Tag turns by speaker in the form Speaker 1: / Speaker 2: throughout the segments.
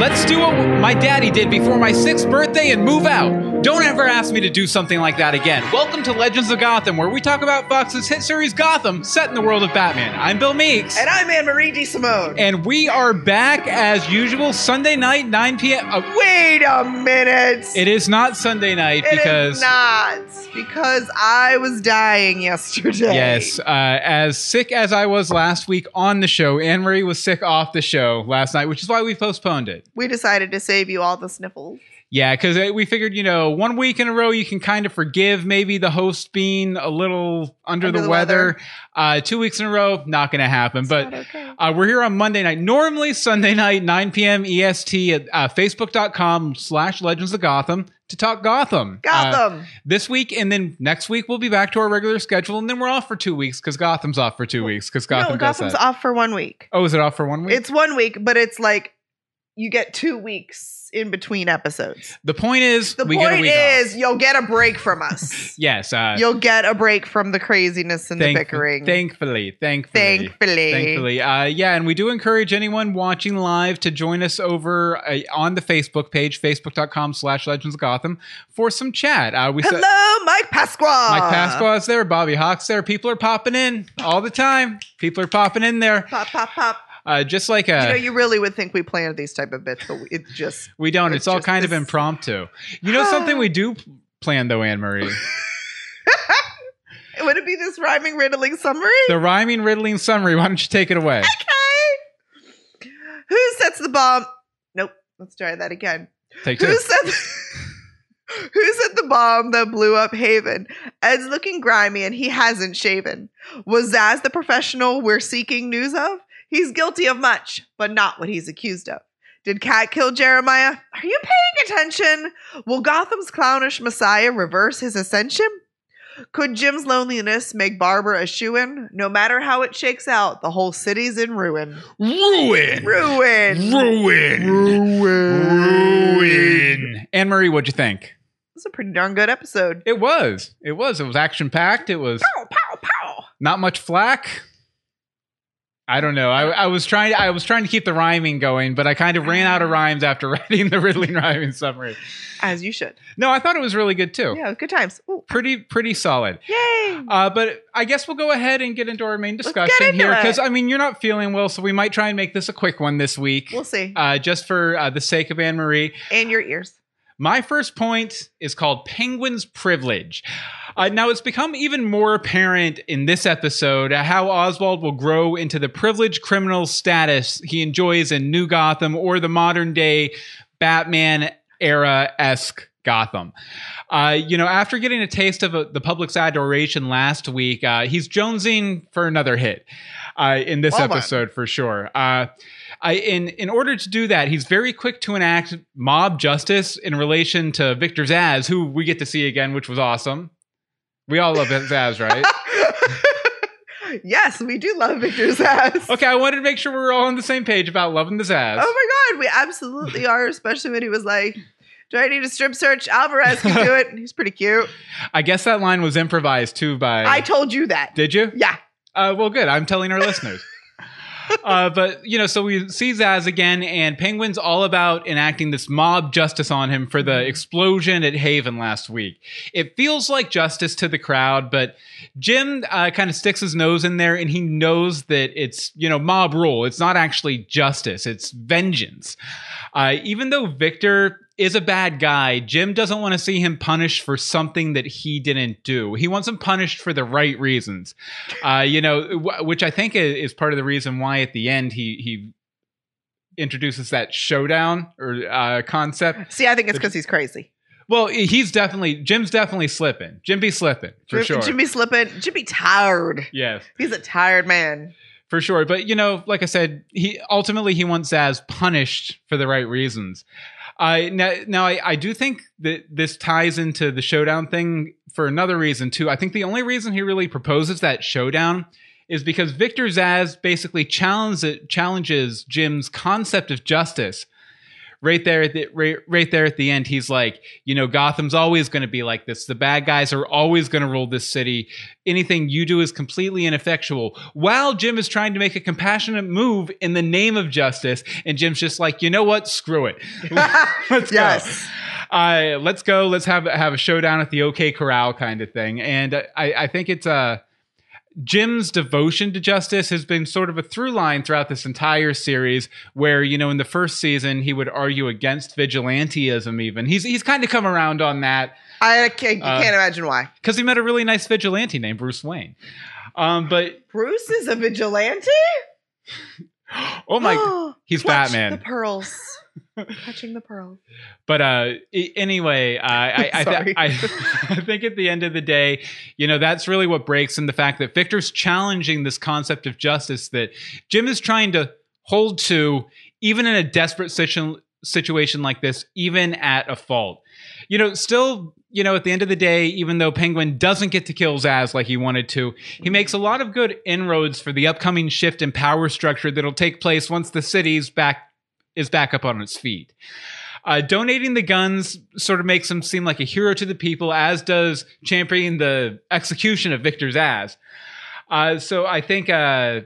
Speaker 1: Let's do what my daddy did before my sixth birthday and move out. Don't ever ask me to do something like that again. Welcome to Legends of Gotham, where we talk about Fox's hit series Gotham, set in the world of Batman. I'm Bill Meeks.
Speaker 2: And I'm Anne Marie DeSimone.
Speaker 1: And we are back as usual Sunday night, 9 p.m. Uh,
Speaker 2: Wait a minute.
Speaker 1: it is not Sunday night
Speaker 2: It is
Speaker 1: because.
Speaker 2: not because I was dying yesterday.
Speaker 1: Yes, uh, as sick as I was last week on the show, Anne Marie was sick off the show last night, which is why we postponed it.
Speaker 2: We decided to save you all the sniffles.
Speaker 1: Yeah, because we figured, you know, one week in a row, you can kind of forgive maybe the host being a little under, the, weather. Uh, two weeks in a row, not going to happen. but
Speaker 2: Not okay.
Speaker 1: uh, we're here on Monday night. Normally, Sunday night, 9 p.m. EST at uh, facebook.com slash legends of Gotham to talk Gotham. Uh,
Speaker 2: Gotham.
Speaker 1: this week and then next week we'll be back to our regular schedule and then we're off for two weeks because Gotham's off for two weeks because Gotham
Speaker 2: no,
Speaker 1: does
Speaker 2: Gotham's
Speaker 1: that.
Speaker 2: off for one week.
Speaker 1: Oh, is it off for one week?
Speaker 2: It's one week, but it's like you get two weeks in between episodes.
Speaker 1: the point is
Speaker 2: The
Speaker 1: we get a
Speaker 2: point
Speaker 1: week off.
Speaker 2: is you'll get a break from us.
Speaker 1: Yes. Uh,
Speaker 2: you'll get a break from the craziness and
Speaker 1: thank-
Speaker 2: the bickering.
Speaker 1: Thankfully, thankfully.
Speaker 2: thankfully.
Speaker 1: Thankfully, uh, yeah, and we do encourage anyone watching live to join us over uh, on the Facebook page, facebook.com/slash Legends of Gotham, for some chat. Uh, we said
Speaker 2: Hello, Mike Pasqua.
Speaker 1: Mike Pasqua's there, Bobby Hawk's there. People are popping in all the time. People are popping in there,
Speaker 2: Pop, pop, pop.
Speaker 1: uh, just like a.
Speaker 2: you know, you really would think we planned these type of bits, but it just
Speaker 1: We don't.
Speaker 2: It's
Speaker 1: It's, all
Speaker 2: just
Speaker 1: kind
Speaker 2: this-
Speaker 1: of impromptu. You know something we do p- plan though, Anne Marie.
Speaker 2: would it be this rhyming, riddling summary.
Speaker 1: the rhyming, riddling summary. Why don't you take it away?
Speaker 2: okay. Who sets the bomb? Nope. Let's try that again.
Speaker 1: Take
Speaker 2: Who
Speaker 1: two.
Speaker 2: set? Who set the bomb that blew up Haven? Ed's looking grimy and he hasn't shaven. Was Zaz the professional we're seeking news of? He's guilty of much, but not what he's accused of. Did Cat kill Jeremiah? Are you paying attention? Will Gotham's clownish messiah reverse his ascension? Could Jim's loneliness make Barbara a shoo in? No matter how it shakes out, the whole city's in ruin.
Speaker 1: Ruin.
Speaker 2: Ruin.
Speaker 1: Ruin. Ruin. Anne Marie, what'd you think?
Speaker 2: It's a pretty darn good episode.
Speaker 1: It was. It was. It was action packed. It was
Speaker 2: Pow, pow, pow.
Speaker 1: not much flack. I don't know. I, I was trying. I was trying to keep the rhyming going, but I kind of ran out of rhymes after writing the riddling rhyming summary.
Speaker 2: As you should.
Speaker 1: No, I thought it was really good too.
Speaker 2: Yeah, good times. Ooh.
Speaker 1: Pretty, pretty solid.
Speaker 2: Yay.
Speaker 1: Uh, but I guess we'll go ahead and get into our main
Speaker 2: Let's
Speaker 1: discussion
Speaker 2: get into
Speaker 1: here
Speaker 2: it.
Speaker 1: because I mean you're not feeling well, so we might try and make this a quick one this week,
Speaker 2: We'll see.
Speaker 1: uh, just for uh, the sake of Anne Marie.
Speaker 2: and your ears.
Speaker 1: My first point is called Penguin's Privilege. Uh, now, it's become even more apparent in this episode uh, how Oswald will grow into the privileged criminal status he enjoys in New Gotham or the modern day Batman era esque Gotham. Uh, you know, after getting a taste of uh, the public's adoration last week, uh, he's jonesing for another hit uh, in this
Speaker 2: Well, man.
Speaker 1: episode for sure. Uh, I, in in order to do that, he's very quick to enact mob justice in relation to Victor Zaz, who we get to see again, which was awesome. We all love Zaz, right?
Speaker 2: yes, we do love Victor's ass.
Speaker 1: Okay, I wanted to make sure we were all on the same page about loving the Zaz.
Speaker 2: Oh my God, we absolutely are, especially when he was like, Do I need a strip search? Alvarez can do it. He's pretty cute.
Speaker 1: I guess that line was improvised too by.
Speaker 2: I told you that.
Speaker 1: Did you?
Speaker 2: Yeah.
Speaker 1: Uh, well, good. I'm telling our listeners. Uh, but you know, so we see Zaz again, and Penguin's all about enacting this mob justice on him for the explosion at Haven last week. It feels like justice to the crowd, but Jim uh, kind of sticks his nose in there, and he knows that it's you know mob rule. It's not actually justice; it's vengeance. Uh, even though Victor is a bad guy, Jim doesn't want to see him punished for something that he didn't do. He wants him punished for the right reasons, uh, you know, w- which I think i- is part of the reason why at the end he he introduces that showdown or uh, concept.
Speaker 2: See, I think it's because he's crazy.
Speaker 1: Well, he's definitely Jim's definitely slipping. Jim be slipping for
Speaker 2: Jim-
Speaker 1: sure.
Speaker 2: Jimmy slipping. Jimmy tired.
Speaker 1: yes.
Speaker 2: He's a tired man.
Speaker 1: for sure. But you know, like I said, he ultimately he wants Zaz punished for the right reasons. I now, now I, I do think that this ties into the showdown thing for another reason too. I think the only reason he really proposes that showdown is because Victor Zaz basically challenges challenges Jim's concept of justice, right there at the right, right there at the end he's like you know gotham's always going to be like this the bad guys are always going to rule this city anything you do is completely ineffectual while jim is trying to make a compassionate move in the name of justice and jim's just like you know what screw it let's go
Speaker 2: yes.
Speaker 1: uh, let's go let's have have a showdown at the ok corral kind of thing and i i think it's uh Jim's devotion to justice has been sort of a through line throughout this entire series, where, you know, in the first season, he would argue against vigilanteism, even. He's, he's kind of come around on that
Speaker 2: I can't,
Speaker 1: Uh,
Speaker 2: can't imagine why.
Speaker 1: because he met a really nice vigilante named Bruce Wayne. Um, but,
Speaker 2: Bruce is a vigilante?
Speaker 1: oh my, he's
Speaker 2: Clutch
Speaker 1: Batman.
Speaker 2: The pearls. Catching the pearls.
Speaker 1: but uh i- anyway uh, I, I,
Speaker 2: Sorry.
Speaker 1: th- I, I think at the end of the day you know that's really what breaks in the fact that victor's challenging this concept of justice that jim is trying to hold to even in a desperate situation situation like this even at a fault you know still you know at the end of the day even though penguin doesn't get to kill zaz like he wanted to he makes a lot of good inroads for the upcoming shift in power structure that'll take place once the city's back is back up on its feet uh, donating the guns sort of makes him seem like a hero to the people, as does championing the execution of Victor's ass. Uh, so I think, uh,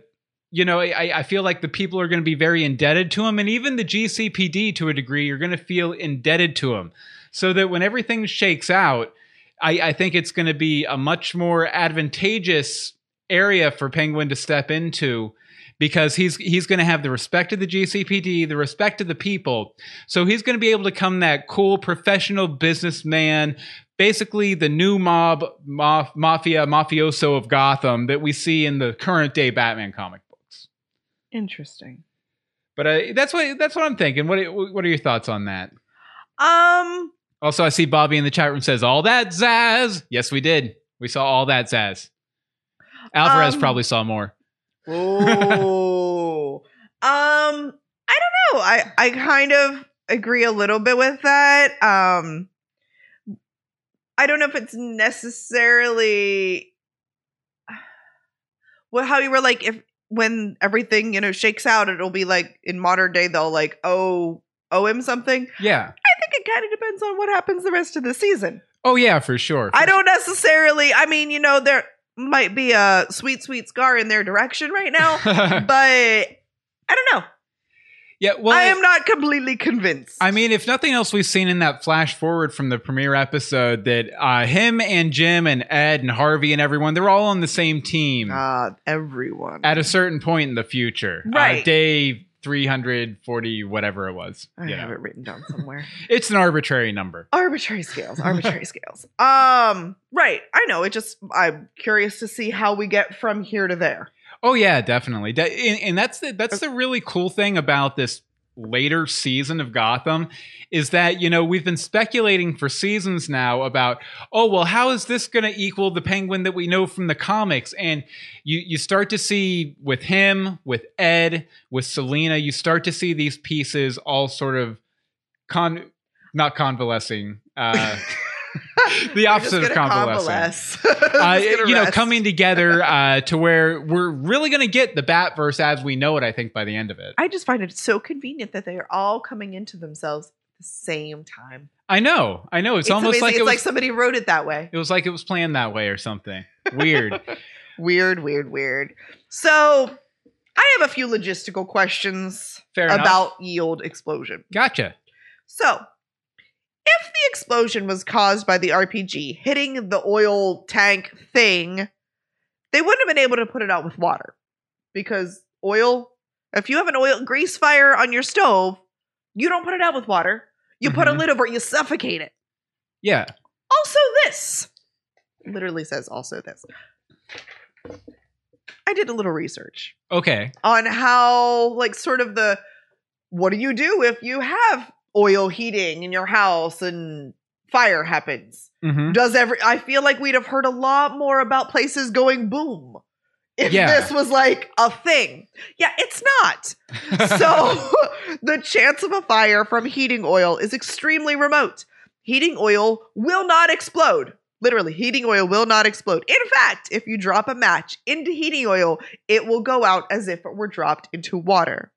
Speaker 1: you know, I, I feel like the people are going to be very indebted to him, and even the GCPD to a degree, you're going to feel indebted to him. So that when everything shakes out, I, I think it's going to be a much more advantageous area for Penguin to step into because he's he's going to have the respect of the GCPD, the respect of the people, so he's going to be able to come that cool professional businessman, basically the new mob, maf- mafia, mafioso of Gotham that we see in the current day Batman comic books.
Speaker 2: Interesting.
Speaker 1: But uh, that's what that's what I'm thinking. What are, what are your thoughts on that?
Speaker 2: Um,
Speaker 1: Also, I see Bobby in the chat room says all that zazz. Yes, we did. We saw all that zazz. Alvarez
Speaker 2: Um,
Speaker 1: probably saw more.
Speaker 2: Oh. um, I don't know. I I kind of agree a little bit with that. Um I don't know if it's necessarily well how you were like if when everything, you know, shakes out, it'll be like in modern day they'll like oh owe him something.
Speaker 1: Yeah.
Speaker 2: I think it kind of depends on what happens the rest of the season.
Speaker 1: Oh yeah, for sure.
Speaker 2: I don't necessarily I mean, you know, there might be a sweet, sweet scar in their direction right now
Speaker 1: don't.
Speaker 2: but I don't know.
Speaker 1: yeah. Well,
Speaker 2: I am not completely convinced.
Speaker 1: I mean, if nothing else, we've seen in that flash forward from the premiere episode that uh, him and Jim and Ed and Harvey and everyone, they're all on the same team
Speaker 2: uh, everyone.
Speaker 1: at a certain point in the future. Uh,
Speaker 2: Right.
Speaker 1: day 340, whatever it was.
Speaker 2: I
Speaker 1: You
Speaker 2: have
Speaker 1: know.
Speaker 2: it written down somewhere.
Speaker 1: It's an arbitrary number.
Speaker 2: arbitrary scales, arbitrary scales. Um, right. I know. It just I'm curious to see how we get from here to there.
Speaker 1: Oh, yeah, definitely. Da- and, and that's the, that's the really cool thing about this later season of Gotham is that, you know, we've been speculating for seasons now about, oh, well, how is this going to equal the penguin that we know from the comics? And you, you start to see with him, with Ed, with Selena, you start to see these pieces all sort of con, not convalescing, uh, the opposite of convalescing uh, you know, coming together uh, to where we're really going to get the Batverse as we know it. I think by the end of it,
Speaker 2: I just find it so convenient that they are all coming into themselves at the same time.
Speaker 1: I know, I know. It's, almost
Speaker 2: amazing.
Speaker 1: like
Speaker 2: it's
Speaker 1: it was.
Speaker 2: like somebody wrote it that way.
Speaker 1: it was like it was planned that way or something. Weird.
Speaker 2: Weird, weird, weird. So I have a few logistical questions.
Speaker 1: Fair enough.
Speaker 2: about yield explosion.
Speaker 1: Gotcha.
Speaker 2: So, if the explosion was caused by the RPG hitting the oil tank thing, they wouldn't have been able to put it out with water because oil, if you have an oil grease fire on your stove, you don't put it out with water. You put a
Speaker 1: Mhm.
Speaker 2: lid over it, you suffocate it.
Speaker 1: Yeah.
Speaker 2: Also, this literally says also this. I did a little research
Speaker 1: Okay.
Speaker 2: on how like sort of the what do you do if you have oil heating in your house and fire happens
Speaker 1: hmm
Speaker 2: does every i feel like we'd have heard a lot more about places going boom if
Speaker 1: Yeah.
Speaker 2: this was like a thing yeah it's not
Speaker 1: Mm-hmm.
Speaker 2: so the chance of a fire from heating oil is extremely remote heating oil will not explode literally heating oil will not explode in fact if you drop a match into heating oil it will go out as if it were dropped into water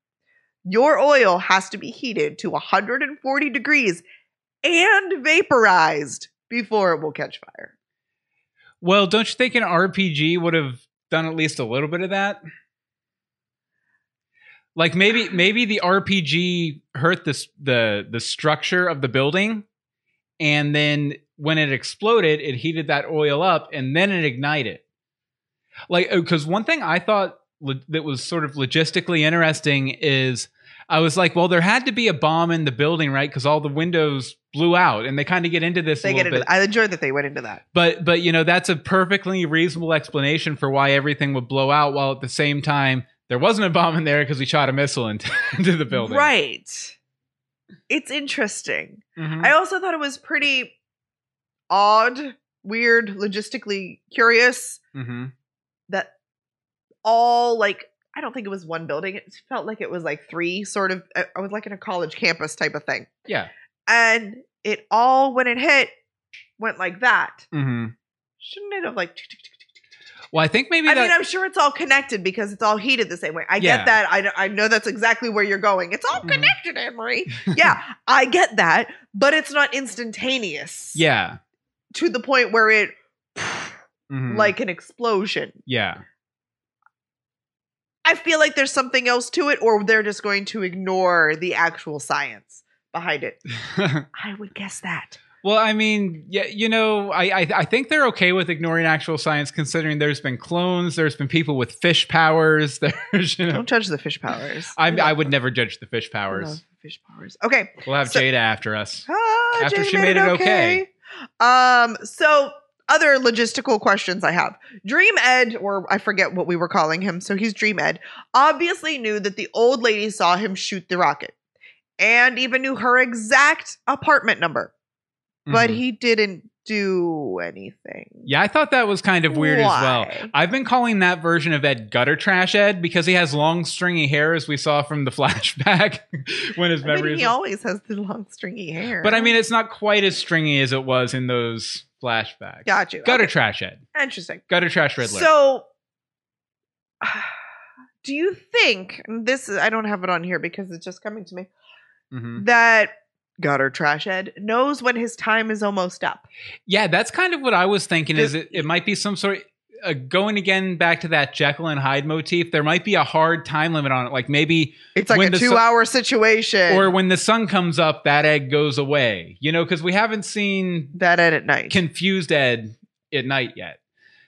Speaker 2: Your oil has to be heated to 140 degrees and vaporized before it will catch fire.
Speaker 1: Well, don't you think an RPG would have done at least a little bit of that? Like maybe maybe the RPG hurt this the the structure of the building, and then when it exploded, it heated that oil up and then it ignited. Like because one thing I thought lo- that was sort of logistically interesting is I was like, well, there had to be a bomb in the building, right? Because all the windows blew out, and they kind of get into this. a
Speaker 2: They
Speaker 1: little
Speaker 2: get
Speaker 1: bit.
Speaker 2: into. I enjoyed that they went into that.
Speaker 1: But but you know that's a perfectly reasonable explanation for why everything would blow out while at the same time there wasn't a bomb in there because we shot a missile into, into the building.
Speaker 2: Right. It's interesting.
Speaker 1: Mhm.
Speaker 2: I also thought it was pretty odd, weird, logistically curious
Speaker 1: Mhm.
Speaker 2: that all like I don't think it was one building. It felt like it was like three sort of. I I was like in a college campus type of thing,
Speaker 1: Yeah.
Speaker 2: and it all when it hit went like that.
Speaker 1: Mhm.
Speaker 2: Shouldn't it have like?
Speaker 1: Well, I think maybe
Speaker 2: I
Speaker 1: that.
Speaker 2: mean, I'm sure it's all connected because it's all heated the same way. I
Speaker 1: Yeah.
Speaker 2: get that. I, kn- I know that's exactly where you're going. It's all
Speaker 1: Mhm.
Speaker 2: connected, Emery. yeah, I get that, but it's not instantaneous.
Speaker 1: yeah.
Speaker 2: To the point where it,
Speaker 1: Mhm.
Speaker 2: like an explosion.
Speaker 1: Yeah.
Speaker 2: I feel like there's something else to it, or they're just going to ignore the actual science behind it. I would guess that.
Speaker 1: well, I mean, yeah, you know, I, I I think they're okay with ignoring actual science, considering there's been clones, there's been people with fish powers. There's, you know,
Speaker 2: Don't judge the fish powers.
Speaker 1: I I
Speaker 2: love-
Speaker 1: would never judge the fish
Speaker 2: I love
Speaker 1: powers.
Speaker 2: Fish powers. Okay.
Speaker 1: We'll have
Speaker 2: So-
Speaker 1: Jada after us.
Speaker 2: Ah,
Speaker 1: After
Speaker 2: Jenny
Speaker 1: she made it
Speaker 2: Um, so other logistical questions I have. Dream Ed, or I forget what we were calling him, so he's Dream Ed, obviously knew that the old lady saw him shoot the rocket and even knew her exact apartment number, but
Speaker 1: Mhm.
Speaker 2: he didn't do anything.
Speaker 1: Yeah, I thought that was kind of weird as well.
Speaker 2: Why?
Speaker 1: I've been calling that version of Ed gutter trash Ed because he has long stringy hair, as we saw from the flashback when his
Speaker 2: I mean,
Speaker 1: memories.
Speaker 2: he always has the long stringy hair.
Speaker 1: but I mean, it's not quite as stringy as it was in those flashbacks.
Speaker 2: got you.
Speaker 1: Gutter
Speaker 2: Okay,
Speaker 1: trash Ed,
Speaker 2: Interesting.
Speaker 1: gutter trash Riddler.
Speaker 2: So, do you think and this? Is, I don't have it on here because it's just coming to me
Speaker 1: Mhm.
Speaker 2: that Goddard Trash Ed knows when his time is almost up.
Speaker 1: Yeah, that's kind of what I was thinking. Is
Speaker 2: Does-
Speaker 1: it? It might be some sort. Uh, going again back to that Jekyll and Hyde motif, there might be a hard time limit on it. Like maybe
Speaker 2: It's like
Speaker 1: When
Speaker 2: a
Speaker 1: the sun-
Speaker 2: two-hour situation.
Speaker 1: or when the sun comes up, that egg goes away. You know, because we haven't seen
Speaker 2: that Ed at night.
Speaker 1: confused Ed at night yet.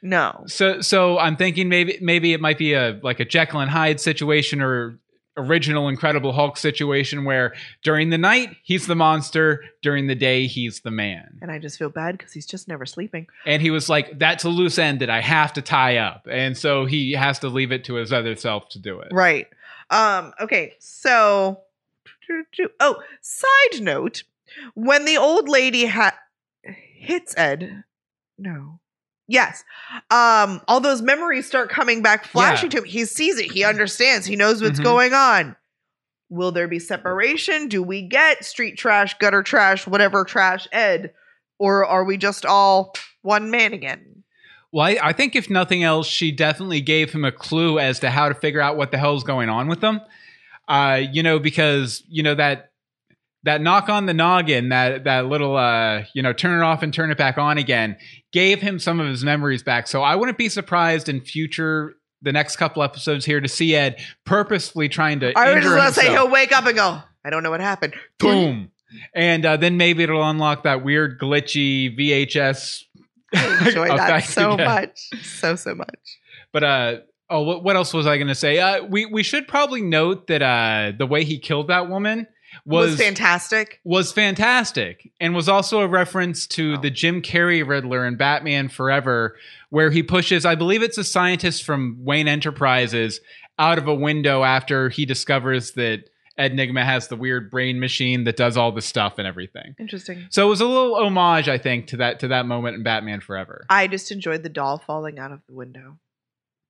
Speaker 2: no,
Speaker 1: So so I'm thinking maybe maybe it might be a like a Jekyll and Hyde situation or original Incredible Hulk situation where during the night he's the monster, during the day he's the man.
Speaker 2: and I just feel bad because he's just never sleeping.
Speaker 1: And he was like, that's a loose end that I have to tie up. And so he has to leave it to his other self to do it.
Speaker 2: Right. Um. Okay. So. Oh, side note: when the old lady ha- hits Ed, no, yes, um, all those memories start coming back, flashing to him. He sees it. He understands. He knows what's
Speaker 1: Mhm.
Speaker 2: going on. Will there be separation? Do we get street trash, gutter trash, whatever trash, Ed, or are we just all one man again?
Speaker 1: Well, I, I think if nothing else, she definitely gave him a clue as to how to figure out what the hell's going on with them. Uh, you know, because you know that that knock on the noggin, that that little uh, you know, turn it off and turn it back on again, gave him some of his memories back. So I wouldn't be surprised in future the next couple episodes here to see Ed purposefully trying to.
Speaker 2: I was
Speaker 1: injure
Speaker 2: just gonna say
Speaker 1: himself.
Speaker 2: he'll wake up and go, I don't know what happened.
Speaker 1: boom, and uh, then maybe it'll unlock that weird glitchy VHS.
Speaker 2: I enjoy that
Speaker 1: effect
Speaker 2: so
Speaker 1: again.
Speaker 2: much. So, so much.
Speaker 1: But uh oh, what what else was I going to say? Uh, we we should probably note that uh the way he killed that woman
Speaker 2: Was,
Speaker 1: was was,
Speaker 2: fantastic.
Speaker 1: fantastic and was also a reference to
Speaker 2: Oh.
Speaker 1: the Jim Carrey Riddler in Batman Forever where he pushes I believe it's a scientist from Wayne Enterprises out of a window after he discovers that Enigma has the weird brain machine that does all the stuff and everything.
Speaker 2: Interesting.
Speaker 1: So it was a little homage, I think, to that to that moment in Batman Forever.
Speaker 2: I just enjoyed the doll falling out of the window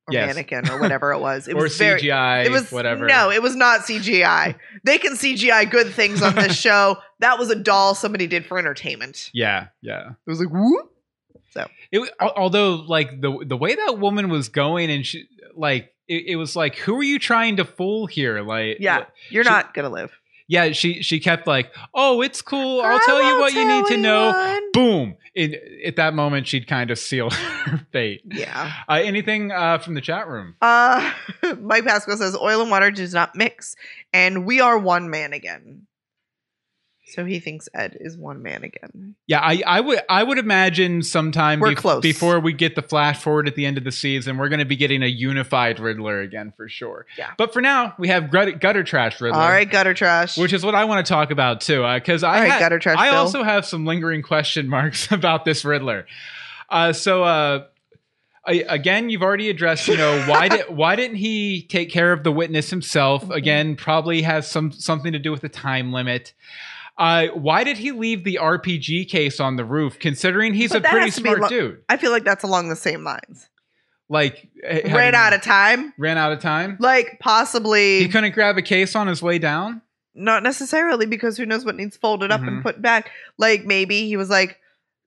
Speaker 2: or
Speaker 1: Yes.
Speaker 2: mannequin or whatever it was. It
Speaker 1: or
Speaker 2: was very.
Speaker 1: CGI,
Speaker 2: It was
Speaker 1: whatever.
Speaker 2: No, it was not CGI. they can CGI good things on this show. That was a doll somebody did for entertainment.
Speaker 1: Yeah, yeah.
Speaker 2: It was like whoop.
Speaker 1: It wa- al- although like the the way that woman was going and she like it, it was like, who are you trying to fool here? Like,
Speaker 2: Yeah, you're
Speaker 1: She-
Speaker 2: not gonna live.
Speaker 1: yeah. She she kept like, oh, it's cool. I'll tell you what you need to know. Boom! In, at that moment, she'd kind of seal her fate.
Speaker 2: Yeah.
Speaker 1: Uh, anything uh, from the chat room?
Speaker 2: Uh, Mike Pascal says oil and water does not mix, and we are one man again. So he thinks Ed is one man again.
Speaker 1: Yeah, I, I would I would imagine sometime
Speaker 2: We're close.
Speaker 1: before we get the flash forward at the end of the season, we're going to be getting a unified Riddler again for sure.
Speaker 2: Yeah.
Speaker 1: But for now, we have gutter, gutter trash Riddler,
Speaker 2: All right, gutter trash.
Speaker 1: which is what I want to talk about too, because
Speaker 2: All
Speaker 1: I
Speaker 2: right,
Speaker 1: had-
Speaker 2: gutter trash.
Speaker 1: I
Speaker 2: Bill.
Speaker 1: also have some lingering question marks about this Riddler. Uh, so uh, I, again, you've already addressed, you know, why did why didn't he take care of the witness himself?
Speaker 2: Mhm.
Speaker 1: Again, probably has some something to do with the time limit. Uh, why did he leave the RPG case on the roof? Considering he's
Speaker 2: But
Speaker 1: a
Speaker 2: that
Speaker 1: pretty
Speaker 2: has to be
Speaker 1: smart
Speaker 2: lo-
Speaker 1: dude,
Speaker 2: I feel like that's along the same lines.
Speaker 1: like eh, how do
Speaker 2: Ran
Speaker 1: you-
Speaker 2: out of time.
Speaker 1: ran out of time.
Speaker 2: Like
Speaker 1: He
Speaker 2: possibly
Speaker 1: couldn't grab a case on his way down.
Speaker 2: not necessarily because who knows what needs folded up
Speaker 1: Mhm.
Speaker 2: and put back. Like maybe he was like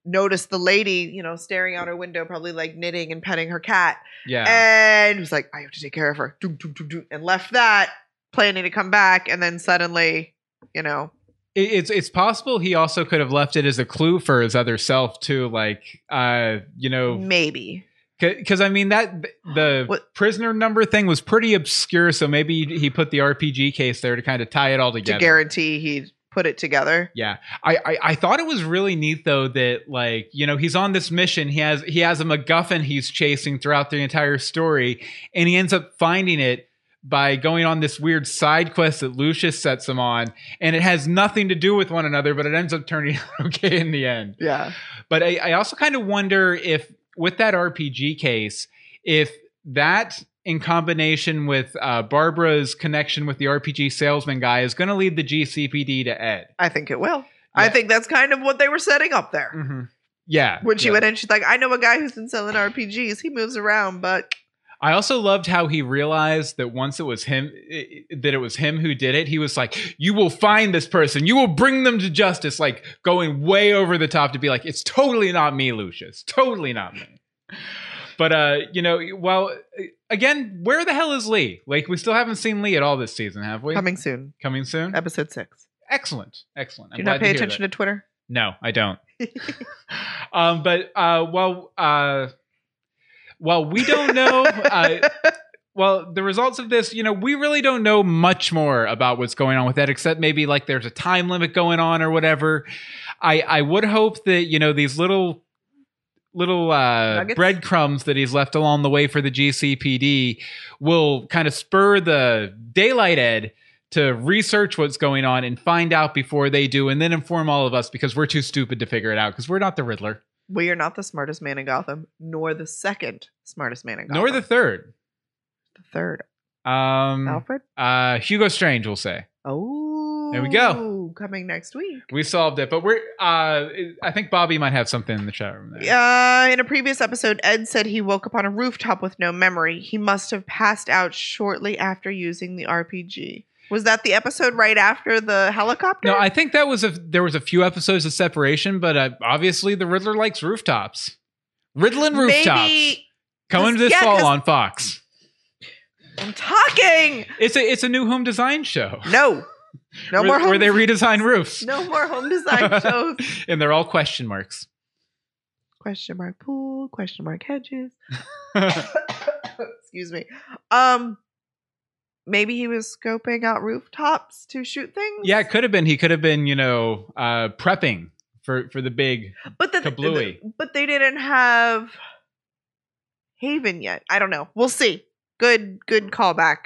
Speaker 2: noticed the lady, you know, staring out her window, probably like knitting and petting her cat.
Speaker 1: Yeah,
Speaker 2: and was like, I have to take care of her, Doo, doo, doo, doo, and left that, planning to come back, and then suddenly, you know,
Speaker 1: It- it's it's possible he also could have left it as a clue for his other self too. Like, uh, you know,
Speaker 2: maybe.
Speaker 1: Because I mean that th- the
Speaker 2: Mm. What-
Speaker 1: prisoner number thing was pretty obscure, so maybe he put the RPG case there to kind of tie it all
Speaker 2: To
Speaker 1: together.
Speaker 2: guarantee he'd put it together.
Speaker 1: yeah, I, I I thought it was really neat though that like you know he's on this mission. He has he has a MacGuffin he's chasing throughout the entire story, and he ends up finding it by going on this weird side quest that Lucius sets him on, and it has nothing to do with one another, but it ends up turning out okay in the end.
Speaker 2: Yeah.
Speaker 1: But I, I also kind of wonder if with that RPG case, if that in combination with uh, Barbara's connection with the RPG salesman guy is going to lead the GCPD to Ed.
Speaker 2: I think it will. I
Speaker 1: Yeah.
Speaker 2: think that's kind of what they were setting up there.
Speaker 1: Yeah.
Speaker 2: Mm-hmm. When she
Speaker 1: yeah.
Speaker 2: went in, she's like, I know a guy who's been selling RPGs. He moves around, but
Speaker 1: I also loved how he realized that once it was him, i- i- that it was him who did it. He was like, "You will find this person. You will bring them to justice." Like going way over the top to be like, "It's totally not me, Lucius. Totally not me." But uh, you know, well, uh, again, where the hell is Lee? Like, we still haven't seen Lee at all this season, have we?
Speaker 2: coming soon,
Speaker 1: Coming soon.
Speaker 2: episode six.
Speaker 1: Excellent, excellent.
Speaker 2: Do you not pay attention to Twitter?
Speaker 1: no, I don't. um, but uh, well, uh, well, we don't know. Uh, well, the results of this, you know, we really don't know much more about what's going on with that, except maybe like there's a time limit going on or whatever. I I would hope that you know these little little uh,
Speaker 2: Nuggets?
Speaker 1: breadcrumbs that he's left along the way for the GCPD will kind of spur the daylight ed to research what's going on and find out before they do and then inform all of us because we're too stupid to figure it out because we're not the riddler
Speaker 2: We are not the smartest man in Gotham, nor the second smartest man in Gotham.
Speaker 1: nor the third
Speaker 2: the third.
Speaker 1: um
Speaker 2: Alfred?
Speaker 1: uh hugo strange will say
Speaker 2: Oh.
Speaker 1: we go.
Speaker 2: Coming next week.
Speaker 1: we solved it but we're uh i think bobby might have something in the chat room there
Speaker 2: Uh, in a previous episode, Ed said he woke up on a rooftop with no memory. He must have passed out shortly after using the RPG. Was that the episode right after the helicopter?
Speaker 1: no i think that was a there was a few episodes of separation but uh, obviously the riddler likes rooftops riddling rooftops
Speaker 2: Maybe
Speaker 1: coming this
Speaker 2: yeah,
Speaker 1: fall
Speaker 2: 'cause-
Speaker 1: on fox
Speaker 2: I'm talking.
Speaker 1: it's a it's a new home design show
Speaker 2: No, no
Speaker 1: where,
Speaker 2: more home.
Speaker 1: where they redesign roofs
Speaker 2: no more home design shows.
Speaker 1: and they're all question marks
Speaker 2: question mark pool? Question mark hedges? Excuse me. Um, maybe he was scoping out rooftops to shoot things.
Speaker 1: Yeah, it could have been. He could have been, you know, uh, prepping for for the big.
Speaker 2: But the, the-
Speaker 1: Kablooey.
Speaker 2: but they didn't have Haven yet. I don't know. We'll see. Good good callback.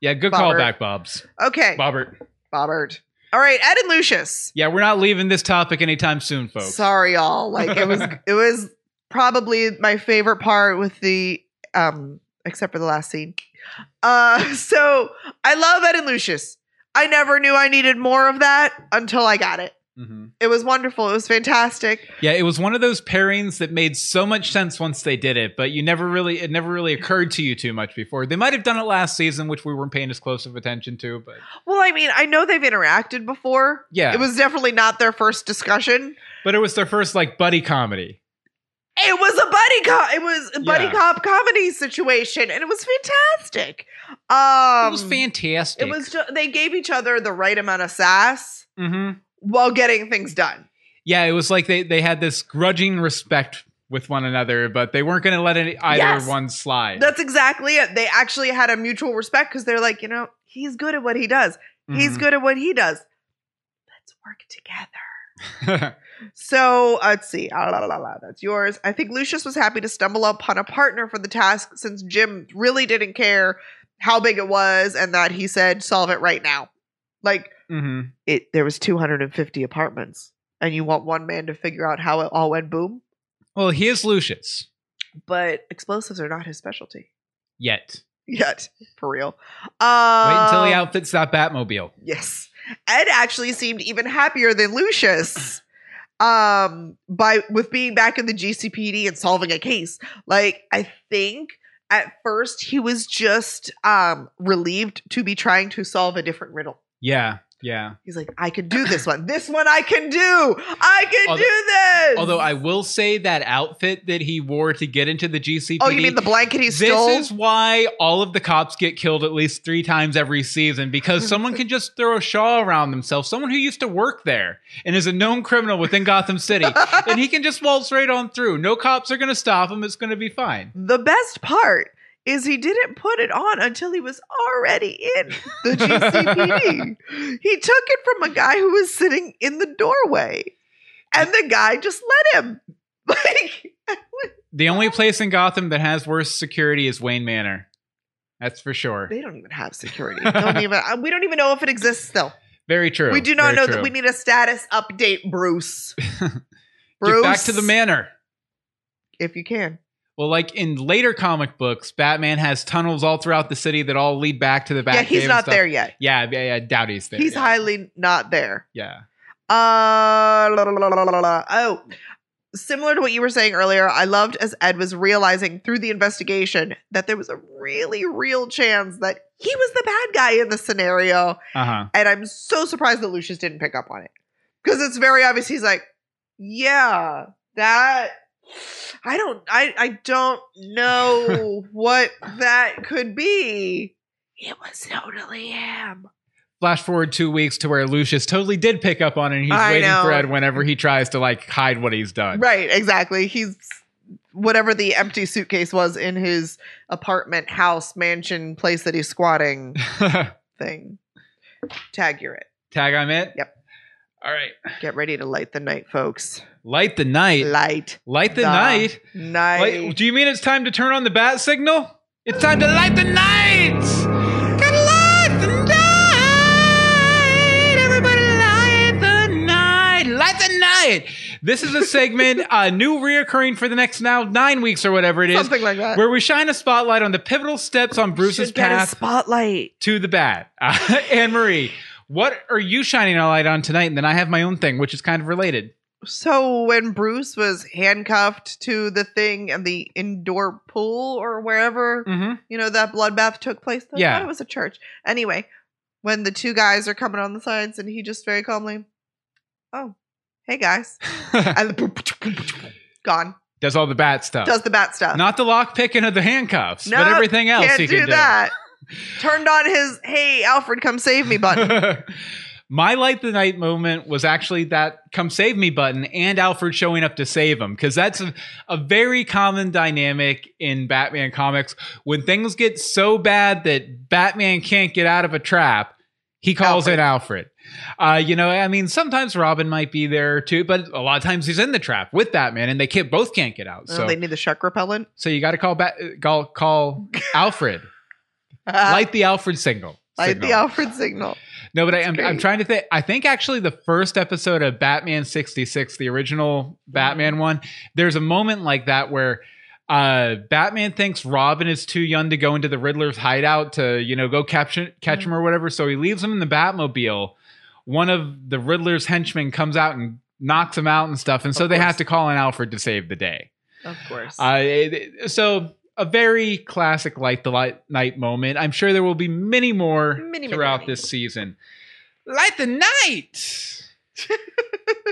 Speaker 1: Yeah, good
Speaker 2: Bobbert.
Speaker 1: callback, Bob's.
Speaker 2: Okay.
Speaker 1: Bobbert.
Speaker 2: Bobbert. All right, Ed and Lucius.
Speaker 1: Yeah, we're not leaving this topic anytime soon, folks.
Speaker 2: Sorry all. Like it was it was probably my favorite part with the um except for the last scene. Uh so I love Ed and Lucius. I never knew I needed more of that until I got it.
Speaker 1: Mhm.
Speaker 2: It was wonderful. It was fantastic.
Speaker 1: Yeah, it was one of those pairings that made so much sense once they did it, but you never really it never really occurred to you too much before. They might have done it last season, which we weren't paying as close of attention to, but
Speaker 2: Well, I mean, I know they've interacted before.
Speaker 1: yeah,
Speaker 2: It was definitely not their first discussion.
Speaker 1: but it was their first like buddy comedy.
Speaker 2: It was a buddy cop. It was a buddy
Speaker 1: Yeah.
Speaker 2: cop comedy situation, and it was fantastic. Um,
Speaker 1: it was fantastic.
Speaker 2: It was. Just, they gave each other the right amount of sass
Speaker 1: hmm
Speaker 2: while getting things done.
Speaker 1: Yeah, it was like they they had this grudging respect with one another, but they weren't going to let any, either
Speaker 2: Yes.
Speaker 1: one slide.
Speaker 2: That's exactly it. They actually had a mutual respect because they're like, you know, he's good at what he does.
Speaker 1: Mm-hmm.
Speaker 2: He's good at what he does. Let's work together.
Speaker 1: good.
Speaker 2: So let's see. Ah, la, la, la, la. That's yours. I think Lucius was happy to stumble upon a partner for the task since Jim really didn't care how big it was and that he said, solve it right now. Like
Speaker 1: hmm
Speaker 2: it there was 250 apartments and you want one man to figure out how it all went boom,
Speaker 1: Well, he is Lucius
Speaker 2: but explosives are not his specialty
Speaker 1: yet.
Speaker 2: yet, for real.
Speaker 1: Wait
Speaker 2: Um,
Speaker 1: until he outfits that Batmobile.
Speaker 2: Yes. Ed actually seemed even happier than Lucius um by with being back in the GCPD and solving a case. Like I think at first he was just um relieved to be trying to solve a different riddle.
Speaker 1: Yeah, yeah.
Speaker 2: He's like, I can do this one. This one I can do. I can
Speaker 1: Although-
Speaker 2: do this.
Speaker 1: Although I will say that outfit that he wore to get into the GCPD.
Speaker 2: Oh, you mean the blanket he
Speaker 1: this
Speaker 2: stole?
Speaker 1: is why all of the cops get killed at least three times every season because someone can just throw a shawl around themselves. Someone who used to work there and is a known criminal within Gotham City, and he can just waltz right on through. No cops are going to stop him. It's going to be fine.
Speaker 2: the best part is he didn't put it on until he was already in the GCPD. he took it from a guy who was sitting in the doorway, and the guy just let him. Like,
Speaker 1: The only place in Gotham that has worse security is Wayne Manor. That's for sure.
Speaker 2: they don't even have security. Don't even. uh, We don't even know if it exists still.
Speaker 1: Very true.
Speaker 2: We do
Speaker 1: Very
Speaker 2: not know
Speaker 1: true.
Speaker 2: that. We need a status update, Bruce.
Speaker 1: Get
Speaker 2: Bruce,
Speaker 1: back to the manor.
Speaker 2: if you can.
Speaker 1: Well, like in later comic books, Batman has tunnels all throughout the city that all lead back to the back.
Speaker 2: yeah, he's not there yet.
Speaker 1: Yeah, yeah, yeah, I doubt he's there.
Speaker 2: he's
Speaker 1: yeah.
Speaker 2: highly not there.
Speaker 1: Yeah.
Speaker 2: Uh, la, la, la, la, la, la. oh, similar to what you were saying earlier, I loved as Ed was realizing through the investigation that there was a really real chance that he was the bad guy in the scenario,
Speaker 1: Uh huh.
Speaker 2: and I'm so surprised that Lucius didn't pick up on it because it's very obvious. He's like, yeah, that. I don't I I don't know what that could be. It was totally him.
Speaker 1: Flash forward two weeks to where Lucius totally did pick up on it. And he's
Speaker 2: I
Speaker 1: waiting for
Speaker 2: know.
Speaker 1: Ed whenever he tries to like hide what he's done.
Speaker 2: Right, exactly. He's whatever the empty suitcase was in his apartment, house, mansion, place that he's squatting thing. Tag you're it.
Speaker 1: Tag, I'm it.
Speaker 2: Yep.
Speaker 1: All right.
Speaker 2: Get ready to light the night, folks.
Speaker 1: Light the night.
Speaker 2: Light
Speaker 1: Light the,
Speaker 2: the
Speaker 1: night.
Speaker 2: night.
Speaker 1: Light- do you mean it's time to turn on the bat signal? It's time to light the night. Gotta light the night. Everybody light the night. Light the night. This is a segment, uh, new reoccurring for the next now nine weeks or whatever it is,
Speaker 2: Something like that.
Speaker 1: where we shine a spotlight on the pivotal steps on Bruce's
Speaker 2: Should get a
Speaker 1: path
Speaker 2: spotlight.
Speaker 1: to the bat. Uh, Anne Marie, what are you shining a light on tonight? And then I have my own thing, which is kind of related.
Speaker 2: So when Bruce was handcuffed to the thing and the indoor pool or wherever
Speaker 1: Mm-hmm.
Speaker 2: you know that bloodbath took place. I
Speaker 1: Yeah.
Speaker 2: thought it was a church. Anyway, when the two guys are coming on the sides, and he just very calmly, "Oh, hey guys," and gone
Speaker 1: Does all the bat stuff.
Speaker 2: does the bat stuff.
Speaker 1: Not the lock picking of the handcuffs, but
Speaker 2: No,
Speaker 1: everything else
Speaker 2: Can't
Speaker 1: he
Speaker 2: do
Speaker 1: can
Speaker 2: that. Turned on his "Hey Alfred, come save me" button.
Speaker 1: do. My light the night moment was actually that come save me button and Alfred showing up to save him because that's a, a very common dynamic in Batman comics. When things get so bad that Batman can't get out of a trap, he calls in Alfred. Uh, you know, I mean, sometimes Robin might be there too, but a lot of times he's in the trap with Batman and they can't, both can't get out.
Speaker 2: Oh,
Speaker 1: So,
Speaker 2: they need the shark repellent.
Speaker 1: so you got to call, ba- call, call Alfred. light the Alfred single.
Speaker 2: Uh, Light
Speaker 1: signal.
Speaker 2: the Alfred signal.
Speaker 1: no, but I, I'm, I'm
Speaker 2: great.
Speaker 1: trying to think. I think actually the first episode of Batman 66, the original
Speaker 2: Mm-hmm.
Speaker 1: Batman one, there's a moment like that where uh, Batman thinks Robin is too young to go into the Riddler's hideout to, you know, go capture, catch
Speaker 2: Mm-hmm.
Speaker 1: him or whatever. So he leaves him in the Batmobile. One of the Riddler's henchmen comes out and knocks him out and stuff. And so
Speaker 2: Of
Speaker 1: they
Speaker 2: course.
Speaker 1: have to call in Alfred to save the day.
Speaker 2: Of course.
Speaker 1: Uh, it- it- so a very classic light the light night moment. I'm sure there will be many more
Speaker 2: Many, many,
Speaker 1: throughout
Speaker 2: many.
Speaker 1: this season. Light the night.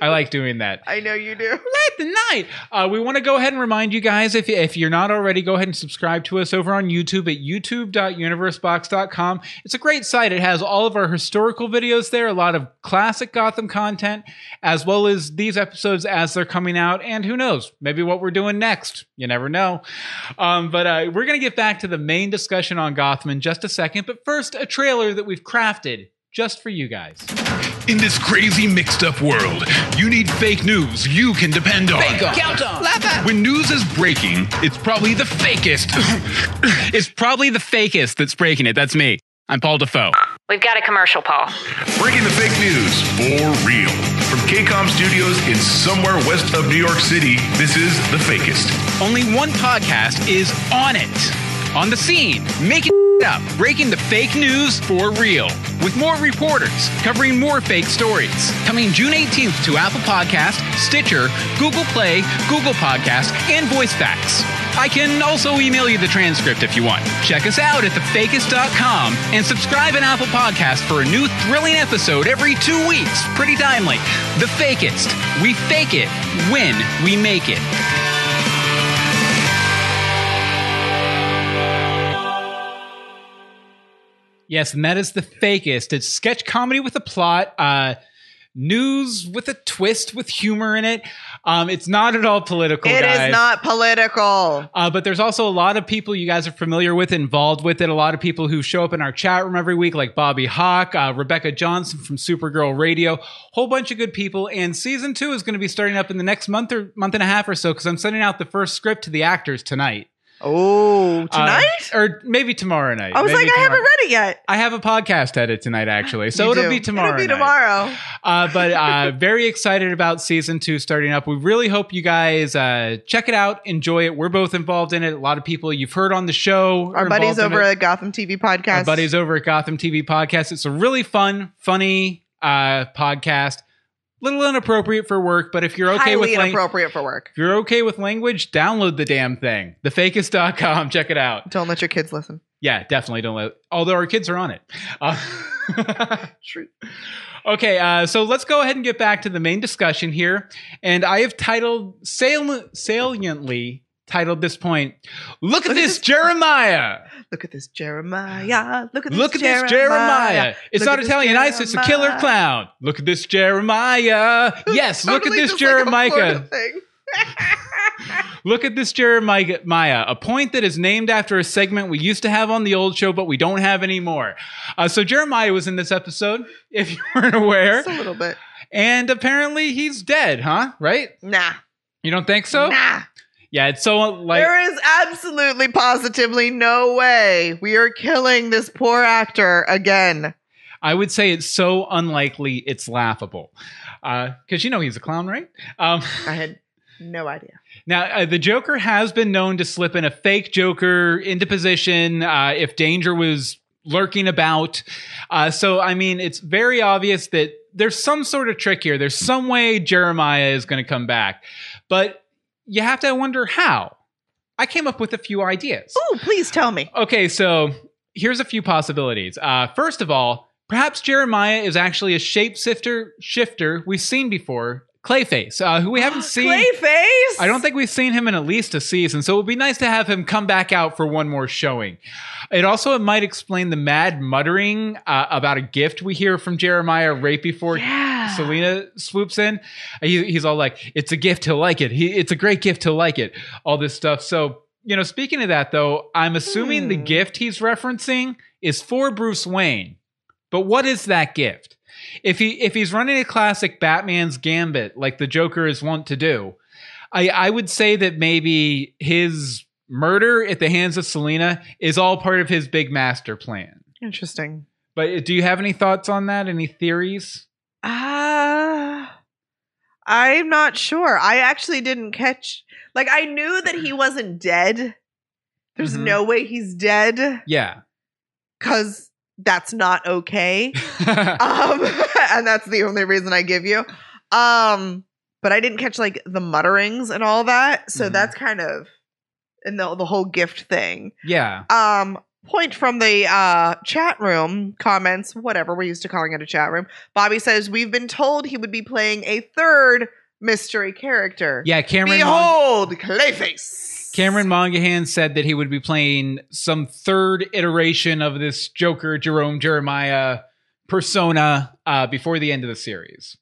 Speaker 1: I like doing that.
Speaker 2: I know you do.
Speaker 1: Let the night. Uh, we want to go ahead and remind you guys if, if you're not already, go ahead and subscribe to us over on YouTube at youtube.universebox.com. It's a great site. It has all of our historical videos there, a lot of classic Gotham content, as well as these episodes as they're coming out. And who knows, maybe what we're doing next. You never know. Um, but uh, we're going to get back to the main discussion on Gotham in just a second. But first, a trailer that we've crafted just for you guys.
Speaker 3: In this crazy mixed up world, you need fake news you can depend on.
Speaker 1: Count on.
Speaker 3: When news is breaking, it's probably the fakest.
Speaker 4: It's probably the fakest that's breaking it. That's me. I'm Paul Defoe.
Speaker 5: We've got a commercial, Paul.
Speaker 3: Breaking the fake news for real. From KCOM Studios in somewhere west of New York City, this is The Fakest.
Speaker 4: Only one podcast is on it, on the scene, making it up, breaking the fake news for real, with more reporters covering more fake stories. Coming June 18th to Apple Podcast, Stitcher, Google Play, Google Podcast, and Voice Facts. I can also email you the transcript if you want. Check us out at thefakest.com and subscribe on Apple Podcast for a new thrilling episode every two weeks. Pretty timely. The Fakest. We fake it when we make it.
Speaker 1: Yes, and that is the fakest. It's sketch comedy with a plot, uh, news with a twist with humor in it. Um, it's not at all political.
Speaker 2: It
Speaker 1: guys.
Speaker 2: is not political.
Speaker 1: Uh, but there's also a lot of people you guys are familiar with involved with it. A lot of people who show up in our chat room every week, like Bobby Hawk, uh, Rebecca Johnson from Supergirl Radio, whole bunch of good people. And season two is going to be starting up in the next month or month and a half or so because I'm sending out the first script to the actors tonight.
Speaker 2: Oh,
Speaker 1: Uh,
Speaker 2: tonight?
Speaker 1: or maybe tomorrow night.
Speaker 2: I was
Speaker 1: Maybe
Speaker 2: like, I haven't
Speaker 1: tomorrow.
Speaker 2: read it yet.
Speaker 1: I have a podcast edit tonight, actually. So
Speaker 2: You
Speaker 1: it'll
Speaker 2: do.
Speaker 1: be tomorrow.
Speaker 2: It'll be
Speaker 1: night.
Speaker 2: tomorrow.
Speaker 1: Uh, but uh, very excited about season two starting up. We really hope you guys uh, check it out, enjoy it. We're both involved in it. A lot of people you've heard on the show. are
Speaker 2: Our buddies
Speaker 1: involved in
Speaker 2: over
Speaker 1: it.
Speaker 2: at Gotham TV podcast.
Speaker 1: Our buddies over at Gotham TV Podcast. It's a really fun, funny uh, podcast. Little inappropriate for work, but if you're okay
Speaker 2: Highly
Speaker 1: with lang-
Speaker 2: inappropriate for work.
Speaker 1: if you're okay with language, download the damn thing. Thefakest.com. Check it out.
Speaker 2: Don't let your kids listen.
Speaker 1: Yeah, definitely don't let. Although our kids are on it. Uh,
Speaker 2: True.
Speaker 1: okay, uh, so let's go ahead and get back to the main discussion here, and I have titled sal- saliently titled this point. Look at this Jeremiah.
Speaker 2: Look at this Jeremiah. Look at this
Speaker 1: Look at
Speaker 2: Jeremiah.
Speaker 1: this Jeremiah. It's
Speaker 2: Look
Speaker 1: not
Speaker 2: at this
Speaker 1: Italian ice. It's a killer
Speaker 2: Jeremiah.
Speaker 1: clown. Look at this Jeremiah. Yes, look at
Speaker 2: Totally
Speaker 1: this
Speaker 2: just like a
Speaker 1: Jeremiah.
Speaker 2: Florida thing.
Speaker 1: Look at this Jeremiah, Maya, a point that is named after a segment we used to have on the old show, but we don't have anymore. Uh, so Jeremiah was in this episode, if you weren't aware,
Speaker 2: Just a little bit.
Speaker 1: and apparently he's dead, huh? Right?
Speaker 2: Nah.
Speaker 1: You don't think so?
Speaker 2: nah.
Speaker 1: Yeah, it's so like
Speaker 2: there is absolutely positively no way we are killing this poor actor again.
Speaker 1: I would say it's so unlikely it's laughable, because you know he's a clown, right? Um,
Speaker 2: I had no idea.
Speaker 1: Now, uh, the Joker has been known to slip in a fake Joker into position uh, if danger was lurking about. Uh, so, I mean, it's very obvious that there's some sort of trick here. There's some way Jeremiah is going to come back. But you have to wonder how. I came up with a few ideas.
Speaker 2: Oh, please tell me.
Speaker 1: Okay, so here's a few possibilities. Uh, first of all, perhaps Jeremiah is actually a shapeshifter shifter we've seen before, Clayface, uh, who we haven't seen.
Speaker 2: Clayface.
Speaker 1: I don't think we've seen him in at least a season, so it would be nice to have him come back out for one more showing. It also might explain the mad muttering uh, about a gift we hear from Jeremiah right before
Speaker 2: Yeah.
Speaker 1: Selena swoops in. He, he's all like, "It's a gift, he'll like it. He, it's a great gift, he'll like it." All this stuff. So you know, speaking of that though, I'm assuming the
Speaker 2: Hmm.
Speaker 1: gift he's referencing is for Bruce Wayne. But what is that gift? If he if he's running a classic Batman's gambit like the Joker is wont to do, I I would say that maybe his murder at the hands of Selena is all part of his big master plan.
Speaker 2: Interesting.
Speaker 1: But do you have any thoughts on that? Any theories?
Speaker 2: Uh, I'm not sure. I actually didn't catch. Like, I knew that he wasn't dead. There's
Speaker 1: Mhm.
Speaker 2: no way he's dead
Speaker 1: Yeah.
Speaker 2: because that's not okay. um, and that's the only reason I give you. Um, but I didn't catch like the mutterings and all that, so
Speaker 1: Mhm.
Speaker 2: that's kind of and the the whole gift thing.
Speaker 1: yeah.
Speaker 2: Um, point from the uh, chat room comments, whatever we're used to calling it a chat room. Bobby says we've been told he would be playing a third mystery character.
Speaker 1: Yeah, Cameron. Mon-
Speaker 2: Behold, Clayface.
Speaker 1: Cameron Monaghan said that he would be playing some third iteration of this Joker Jerome Jeremiah persona uh, before the end of the series.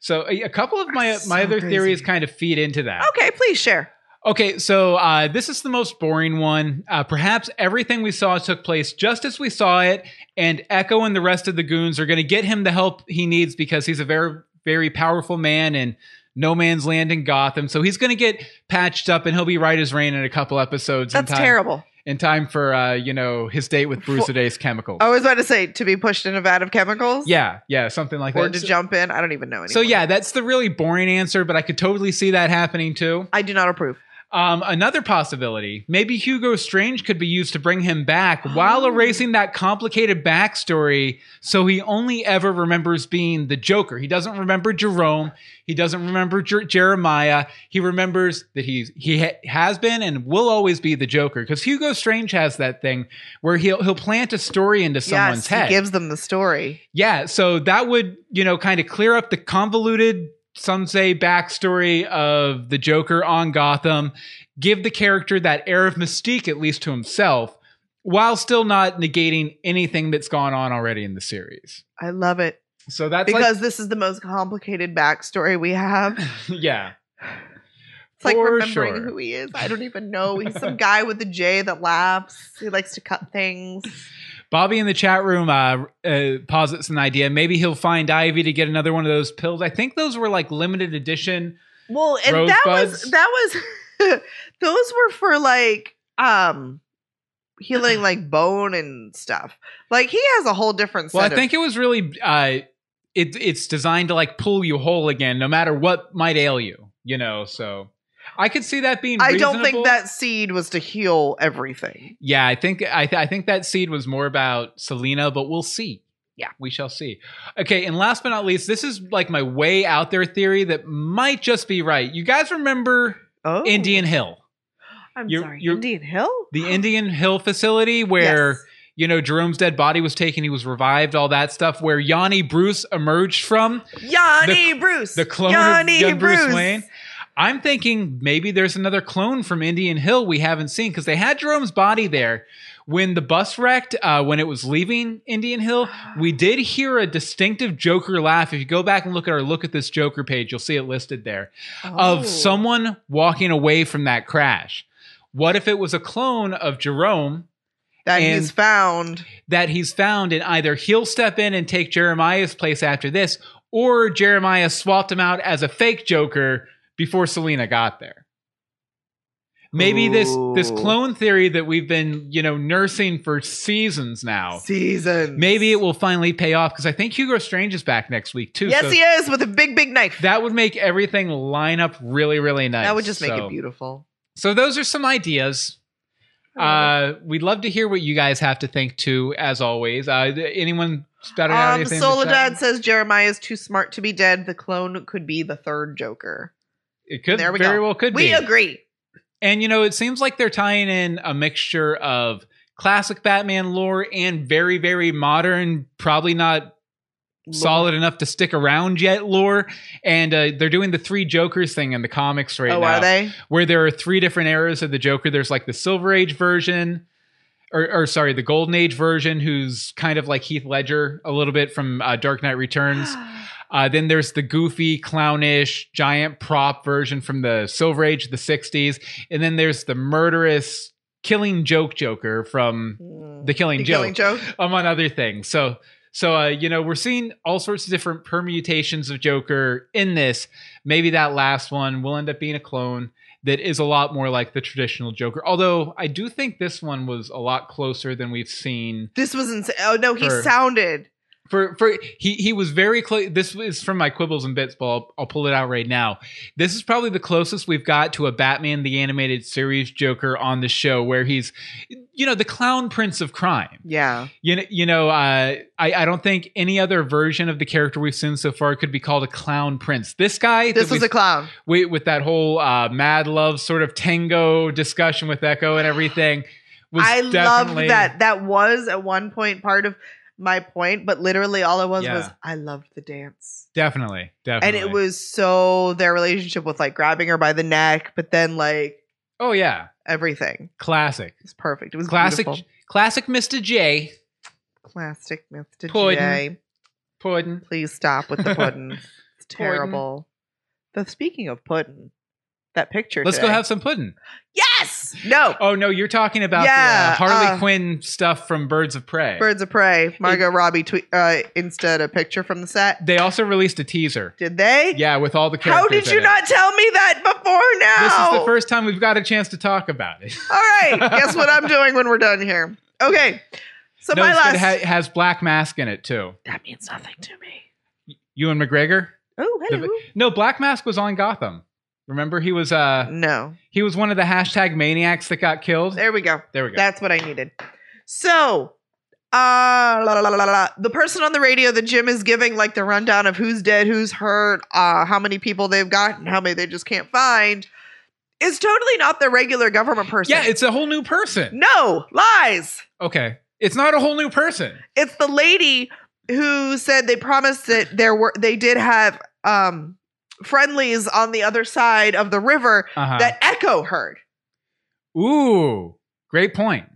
Speaker 1: So a, a couple of my
Speaker 2: That's
Speaker 1: my
Speaker 2: so
Speaker 1: other theories
Speaker 2: crazy.
Speaker 1: kind of feed into that.
Speaker 2: Okay, please share.
Speaker 1: Okay, so uh, this is the most boring one. Uh, perhaps everything we saw took place just as we saw it, and Echo and the rest of the goons are going to get him the help he needs because he's a very, very powerful man in no man's land in Gotham. So he's going to get patched up, and he'll be right as rain in a couple episodes.
Speaker 2: That's
Speaker 1: in time,
Speaker 2: terrible.
Speaker 1: In time for uh, you know his date with Bruce
Speaker 2: For- Oh.
Speaker 1: O'Day's chemicals.
Speaker 2: I was about to say to be pushed in a vat of chemicals.
Speaker 1: yeah, yeah, something like
Speaker 2: Or
Speaker 1: that.
Speaker 2: to
Speaker 1: So-
Speaker 2: jump in. I don't even know anymore.
Speaker 1: so yeah, that's the really boring answer, but I could totally see that happening too.
Speaker 2: I do not approve.
Speaker 1: Um, another possibility, maybe Hugo Strange could be used to bring him back while
Speaker 2: Oh.
Speaker 1: erasing that complicated backstory so he only ever remembers being the Joker. He doesn't remember Jerome. He doesn't remember Jer- Jeremiah. He remembers that he's, he ha- has been and will always be the Joker because Hugo Strange has that thing where he'll, he'll plant a story into someone's
Speaker 2: yes,
Speaker 1: head.
Speaker 2: he gives them the story.
Speaker 1: Yeah, so that would, you know, kind of clear up the convoluted, some say, backstory of the Joker on Gotham, give the character that air of mystique, at least to himself, while still not negating anything that's gone on already in the series.
Speaker 2: I love it
Speaker 1: So that's
Speaker 2: because this is the most complicated backstory we have.
Speaker 1: like, yeah.
Speaker 2: It's like
Speaker 1: For
Speaker 2: remembering
Speaker 1: sure.
Speaker 2: who he is. I don't even know. He's some guy with a J that laughs. He likes to cut things.
Speaker 1: Bobby in the chat room uh, uh, posits an idea. Maybe he'll find Ivy to get another one of those pills. I think those were like limited edition.
Speaker 2: Well, and that was
Speaker 1: Rosebuds.
Speaker 2: that was those were for like um healing like bone and stuff. Like he has a whole different set
Speaker 1: Well, I
Speaker 2: of-
Speaker 1: think it was really uh, it, it's designed to like pull you whole again, no matter what might ail you. You know, so I could see that being.
Speaker 2: I don't think
Speaker 1: reasonable.
Speaker 2: that seed was to heal everything.
Speaker 1: Yeah, I think I, th- I think that seed was more about Selena, but we'll see.
Speaker 2: Yeah.
Speaker 1: we shall see. Okay, and last but not least, this is like my way out there theory that might just be right. You guys remember
Speaker 2: Oh,
Speaker 1: Indian Hill,
Speaker 2: I'm
Speaker 1: you're-
Speaker 2: sorry,
Speaker 1: you're-
Speaker 2: Indian Hill.
Speaker 1: the Indian Hill facility where.
Speaker 2: Yes.
Speaker 1: You know, Jerome's dead body was taken, he was revived, all that stuff, where Yanni Bruce emerged from.
Speaker 2: Yanni Bruce,
Speaker 1: the clone
Speaker 2: Yanni
Speaker 1: of young Bruce.
Speaker 2: Bruce.
Speaker 1: Wayne. I'm thinking maybe there's another clone from Indian Hill we haven't seen because they had Jerome's body there when the bus wrecked uh, when it was leaving Indian Hill. We did hear a distinctive Joker laugh. If you go back and look at our look at this Joker page, you'll see it listed there
Speaker 2: Oh.
Speaker 1: of someone walking away from that crash. What if it was a clone of Jerome
Speaker 2: that
Speaker 1: and-
Speaker 2: he's found.
Speaker 1: that he's found, and either he'll step in and take Jeremiah's place after this, or Jeremiah swapped him out as a fake Joker before Selena got there. Maybe this this
Speaker 2: Ooh.
Speaker 1: clone theory that we've been you know nursing for seasons now.
Speaker 2: Season.
Speaker 1: Maybe it will finally pay off because I think Hugo Strange is back next week too.
Speaker 2: Yes,
Speaker 1: so
Speaker 2: he is with a big, big knife.
Speaker 1: That would make everything line up really, really nice.
Speaker 2: that would just make
Speaker 1: So-
Speaker 2: it beautiful.
Speaker 1: So those are some ideas. Uh, we'd love to hear what you guys have to think too, as always. Uh, th- anyone spouting out
Speaker 2: Um,
Speaker 1: anything? in the
Speaker 2: Soledad
Speaker 1: chat?
Speaker 2: says Jeremiah is too smart to be dead. The clone could be the third Joker.
Speaker 1: It could
Speaker 2: There we
Speaker 1: very
Speaker 2: go.
Speaker 1: well could
Speaker 2: we
Speaker 1: be.
Speaker 2: agree.
Speaker 1: And you know, it seems like they're tying in a mixture of classic Batman lore and very, very modern, probably not solid enough to stick around yet lore. And uh, they're doing the three Jokers thing in the comics right
Speaker 2: oh,
Speaker 1: now.
Speaker 2: are they?
Speaker 1: where there are three different eras of the Joker. There's like the Silver Age version, or, or sorry, the Golden Age version, who's kind of like Heath Ledger a little bit from uh, Dark Knight Returns. Uh, then there's the goofy, clownish, giant prop version from the Silver Age, the 60s. And then there's the murderous, killing joke Joker from
Speaker 2: Mm.
Speaker 1: The Killing
Speaker 2: The
Speaker 1: Joke,
Speaker 2: Killing Joke.
Speaker 1: among other things. So. So uh, you know we're seeing all sorts of different permutations of Joker in this. Maybe that last one will end up being a clone that is a lot more like the traditional Joker. Although I do think this one was a lot closer than we've seen.
Speaker 2: This was insane. Oh no, he
Speaker 1: For-
Speaker 2: sounded.
Speaker 1: For for he he was very close. This is from my quibbles and bits, but I'll, I'll pull it out right now. This is probably the closest we've got to a Batman the Animated Series Joker on the show, where he's you know the clown prince of crime.
Speaker 2: Yeah.
Speaker 1: You know, you know, uh, I I don't think any other version of the character we've seen so far could be called a clown prince. This guy,
Speaker 2: This
Speaker 1: that we
Speaker 2: was a clown.
Speaker 1: we, with that whole uh, mad love sort of tango discussion with Echo and everything. was
Speaker 2: I loved
Speaker 1: definitely-
Speaker 2: that. That was at one point part of my point, but literally all it was was
Speaker 1: Yeah.
Speaker 2: I loved the dance.
Speaker 1: Definitely,
Speaker 2: And
Speaker 1: definitely.
Speaker 2: it was so their relationship with like grabbing her by the neck, but then like
Speaker 1: oh yeah,
Speaker 2: everything
Speaker 1: classic,
Speaker 2: was perfect. It was
Speaker 1: classic,
Speaker 2: beautiful.
Speaker 1: classic. Mr. J.
Speaker 2: Plastic Mr.
Speaker 1: Puddin'.
Speaker 2: J.
Speaker 1: Puddin.
Speaker 2: Please stop with the pudding. It's
Speaker 1: Puddin'.
Speaker 2: terrible. The speaking of pudding, that picture.
Speaker 1: Let's go
Speaker 2: today-
Speaker 1: have some puddin.
Speaker 2: yes. No.
Speaker 1: Oh no, you're talking about
Speaker 2: Yeah,
Speaker 1: the, uh, Harley
Speaker 2: uh,
Speaker 1: Quinn stuff from Birds of Prey.
Speaker 2: Birds of Prey. Margot Robbie tweet uh, instead a picture from the set.
Speaker 1: they also released a teaser.
Speaker 2: Did they?
Speaker 1: Yeah, with all the characters.
Speaker 2: How did
Speaker 1: in
Speaker 2: you
Speaker 1: it.
Speaker 2: not tell me that before
Speaker 1: This
Speaker 2: now?
Speaker 1: is the first time we've got a chance to talk about it.
Speaker 2: All right. Guess what I'm doing when we're done here. Okay. So
Speaker 1: No,
Speaker 2: my
Speaker 1: it's good.
Speaker 2: last
Speaker 1: It ha- has Black Mask in it too.
Speaker 2: that means nothing to me.
Speaker 1: Ewan McGregor.
Speaker 2: Oh,
Speaker 1: The-
Speaker 2: hello.
Speaker 1: no, Black Mask was on Gotham. Remember, he was uh
Speaker 2: No.
Speaker 1: he was one of the hashtag maniacs that got killed.
Speaker 2: There we go.
Speaker 1: There we go.
Speaker 2: That's what I needed. So, uh, la, la, la, la, la. the person on the radio that Jim is giving, like the rundown of who's dead, who's hurt, uh, how many people they've gotten, how many they just can't find, is totally not the regular government person.
Speaker 1: yeah, it's a whole new person.
Speaker 2: no lies.
Speaker 1: Okay, it's not a whole new person.
Speaker 2: It's the lady who said they promised that there were they did have um friendlies on the other side of the river
Speaker 1: Uh-huh.
Speaker 2: that Echo heard.
Speaker 1: Ooh, great point.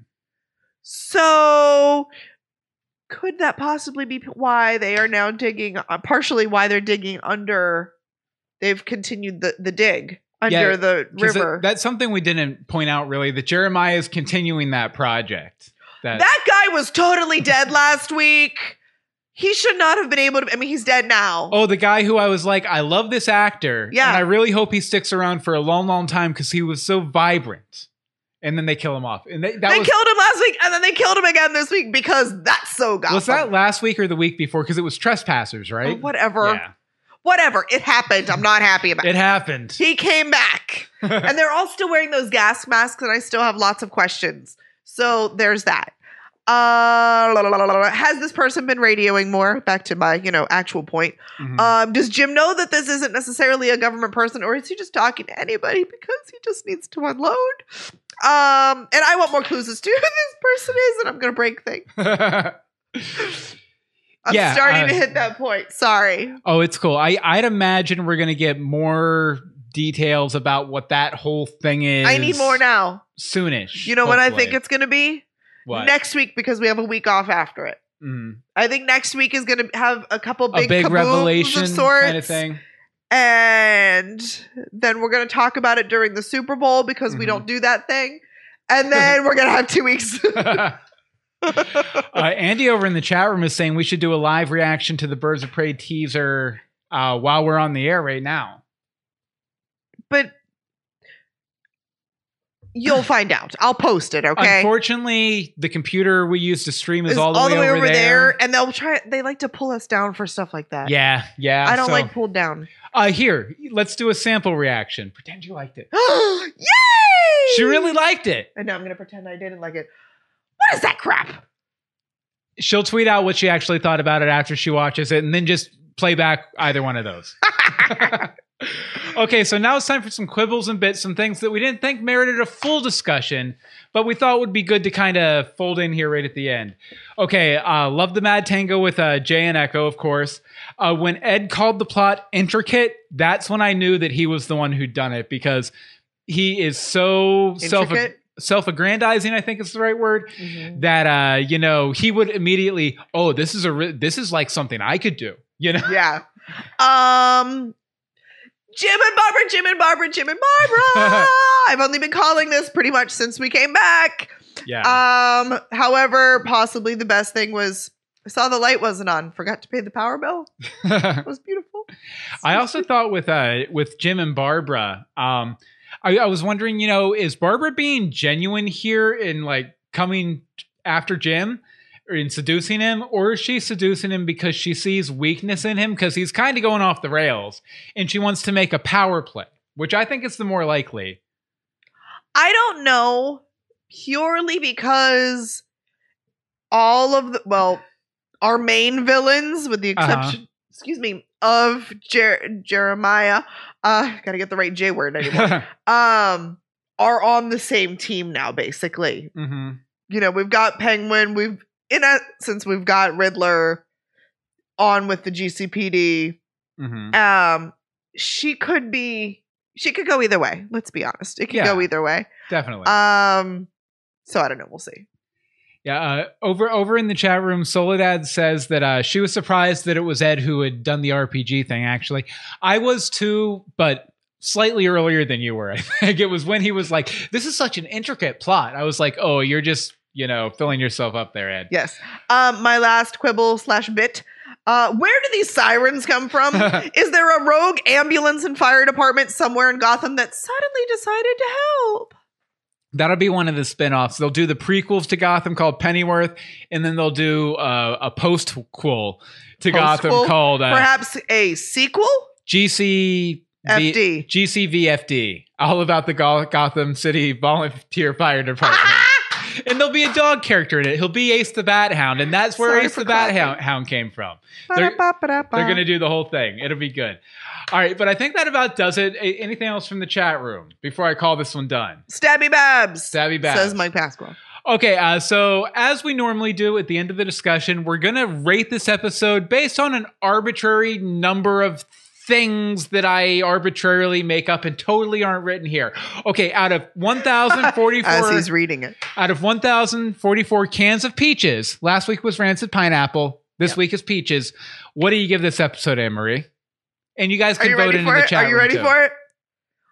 Speaker 2: So, could that possibly be why they are now digging? Uh, partially, why they're digging under? They've continued the the dig under
Speaker 1: Yeah,
Speaker 2: the
Speaker 1: 'Cause that-
Speaker 2: river. That,
Speaker 1: that's something we didn't point out really. That Jeremiah is continuing that project. That,
Speaker 2: guy was totally dead last week. He should not have been able to. I mean, he's dead now.
Speaker 1: oh, the guy who I was like, I love this actor.
Speaker 2: Yeah.
Speaker 1: and I really hope he sticks around for a long, long time because he was so vibrant. And then they kill him off. And they, that
Speaker 2: they
Speaker 1: was
Speaker 2: killed him last week, and then they killed him again this week because that's so Gotham.
Speaker 1: was that last week or the week before? Because it was trespassers,
Speaker 2: Oh,
Speaker 1: right?
Speaker 2: whatever,
Speaker 1: Yeah,
Speaker 2: whatever. It happened. I'm not happy about it.
Speaker 1: it happened.
Speaker 2: He came back. and they're all still wearing those gas masks, and I still have lots of questions. So there's that. Uh, la, la, la, la, la. Has this person been radioing more? Back to my, you know, actual point.
Speaker 1: Mhm.
Speaker 2: Um, does Jim know that this isn't necessarily a government person, or is he just talking to anybody because he just needs to unload? Um, and I want more clues as to who this person is, and I'm gonna break things. uh, I'm
Speaker 1: Yeah,
Speaker 2: starting
Speaker 1: uh,
Speaker 2: to hit that point. Sorry.
Speaker 1: oh, it's cool. I I'd imagine we're gonna get more details about what that whole thing is.
Speaker 2: I need more now.
Speaker 1: Soonish.
Speaker 2: You know what I
Speaker 1: hopefully.
Speaker 2: think it's gonna be?
Speaker 1: What?
Speaker 2: Next week because we have a week off after it.
Speaker 1: Mm.
Speaker 2: I think next week is going to have a couple
Speaker 1: a
Speaker 2: big,
Speaker 1: big
Speaker 2: kabooms
Speaker 1: revelation
Speaker 2: of sorts,
Speaker 1: kind of thing.
Speaker 2: and then we're going to talk about it during the Super Bowl because we
Speaker 1: Mhm.
Speaker 2: don't do that thing. And then we're going to have two weeks.
Speaker 1: uh, Andy over in the chat room is saying we should do a live reaction to the Birds of Prey teaser uh, while we're on the air right now.
Speaker 2: but you'll find out. I'll post it. Okay.
Speaker 1: Unfortunately, the computer we use to stream is
Speaker 2: It's
Speaker 1: all the, way, over, there.
Speaker 2: and they'll try. They like to pull us down for stuff like that.
Speaker 1: Yeah, yeah.
Speaker 2: I don't
Speaker 1: so-
Speaker 2: like pulled down.
Speaker 1: Uh, here, let's do a sample reaction. Pretend you liked it.
Speaker 2: Yay!
Speaker 1: She really liked it.
Speaker 2: And now I'm going to pretend I didn't like it. What is that crap?
Speaker 1: She'll tweet out what she actually thought about it after she watches it, and then just play back either one of those. okay, so now it's time for some quibbles and bits, some things that we didn't think merited a full discussion, but we thought would be good to kind of fold in here right at the end. Okay, uh, love the Mad Tango with uh, Jay and Echo, of course. Uh, when Ed called the plot intricate, that's when I knew that he was the one who'd done it because he is so self
Speaker 2: Intricate?
Speaker 1: self-aggrandizing i think is the right word that uh you know he would immediately oh this is a re- this is like something i could do you know
Speaker 2: yeah. Um, Jim and Barbara, Jim and Barbara, Jim and Barbara. I've only been calling this pretty much since we came back.
Speaker 1: yeah
Speaker 2: Um, however, possibly the best thing was I saw the light wasn't on. Forgot to pay the power bill. It was beautiful.
Speaker 1: I also thought with uh with Jim and Barbara, um, I, I was wondering, you know, is Barbara being genuine here in like coming after Jim or in seducing him, or is she seducing him because she sees weakness in him because he's kind of going off the rails and she wants to make a power play, which I think is the more likely.
Speaker 2: I don't know purely because all of the well, our main villains, with the
Speaker 1: Uh-huh.
Speaker 2: exception, excuse me, of Jer- Jeremiah. Uh, gotta get the right J word anymore.
Speaker 1: hmm Mm-hmm.
Speaker 2: um are on the same team now basically you know, we've got Penguin, we've in essence we've got Riddler on with the GCPD.
Speaker 1: Mhm.
Speaker 2: Um she could be she could go either way. Let's be honest. It could
Speaker 1: Yeah.
Speaker 2: go either way.
Speaker 1: Definitely.
Speaker 2: Um so I don't know, we'll see.
Speaker 1: Yeah, uh, over over in the chat room, Soledad says that uh, she was surprised that it was Ed who had done the RPG thing. Actually, I was too, but slightly earlier than you were. I think it was when he was like, "This is such an intricate plot." I was like, "Oh, you're just you know filling yourself up there, Ed."
Speaker 2: Yes. Um my last quibble slash bit. Uh, where do these sirens come from? Is there a rogue ambulance and fire department somewhere in Gotham that suddenly decided to help?
Speaker 1: That'll be one of the spin-offs. They'll do the prequels to Gotham called Pennyworth, and then they'll do uh, a postquel to
Speaker 2: Postquel?
Speaker 1: Gotham called uh,
Speaker 2: Perhaps a sequel?
Speaker 1: GC
Speaker 2: FD.
Speaker 1: GCVFD, all about the Go- Gotham City Volunteer Fire Department. and there'll be a dog character in it. He'll be Ace the Bat Hound, and that's where
Speaker 2: Sorry
Speaker 1: Ace
Speaker 2: for
Speaker 1: the Bat
Speaker 2: clapping.
Speaker 1: Hound, Hound came from. They're- They're going to do the whole thing. It'll be good. All right, but I think that about does it. A- anything else from the chat room before I call this one done?
Speaker 2: Stabby Babs.
Speaker 1: Savvy Bat.
Speaker 2: Says Mike Pasquale.
Speaker 1: Okay, uh, so as we normally do at the end of the discussion, we're going to rate this episode based on an arbitrary number of things that I arbitrarily make up and totally aren't written here. Okay, out of 1,044
Speaker 2: As he's reading it.
Speaker 1: out of 1,044 cans of peaches, last week was rancid pineapple. This week is peaches. What do you give this episode, Anne Marie? And you guys
Speaker 2: Are
Speaker 1: can
Speaker 2: you
Speaker 1: vote
Speaker 2: ready
Speaker 1: in,
Speaker 2: for
Speaker 1: the
Speaker 2: it?
Speaker 1: chat.
Speaker 2: Are you ready for it?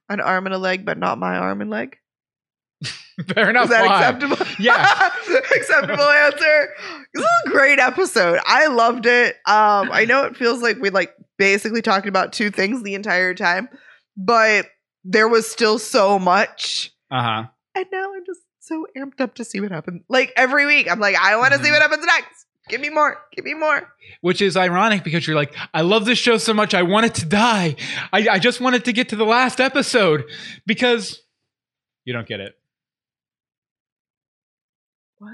Speaker 2: An arm and a leg, but not my arm and leg.
Speaker 1: it? Fair enough.
Speaker 2: Is that
Speaker 1: why?
Speaker 2: acceptable?
Speaker 1: Yeah.
Speaker 2: acceptable answer. This is a great episode. I loved it. Um, I know it feels like we like basically talking about two things the entire time, but there was still so much.
Speaker 1: Uh-huh.
Speaker 2: And now I'm just so amped up to see what happens. Like every week, I'm like, I want to see
Speaker 1: Mhm.
Speaker 2: what happens next. Give me more. Give me more.
Speaker 1: which is ironic because you're like, I love this show so much, I want it to die. I, I just wanted to get to the last episode because you don't get it.
Speaker 2: What?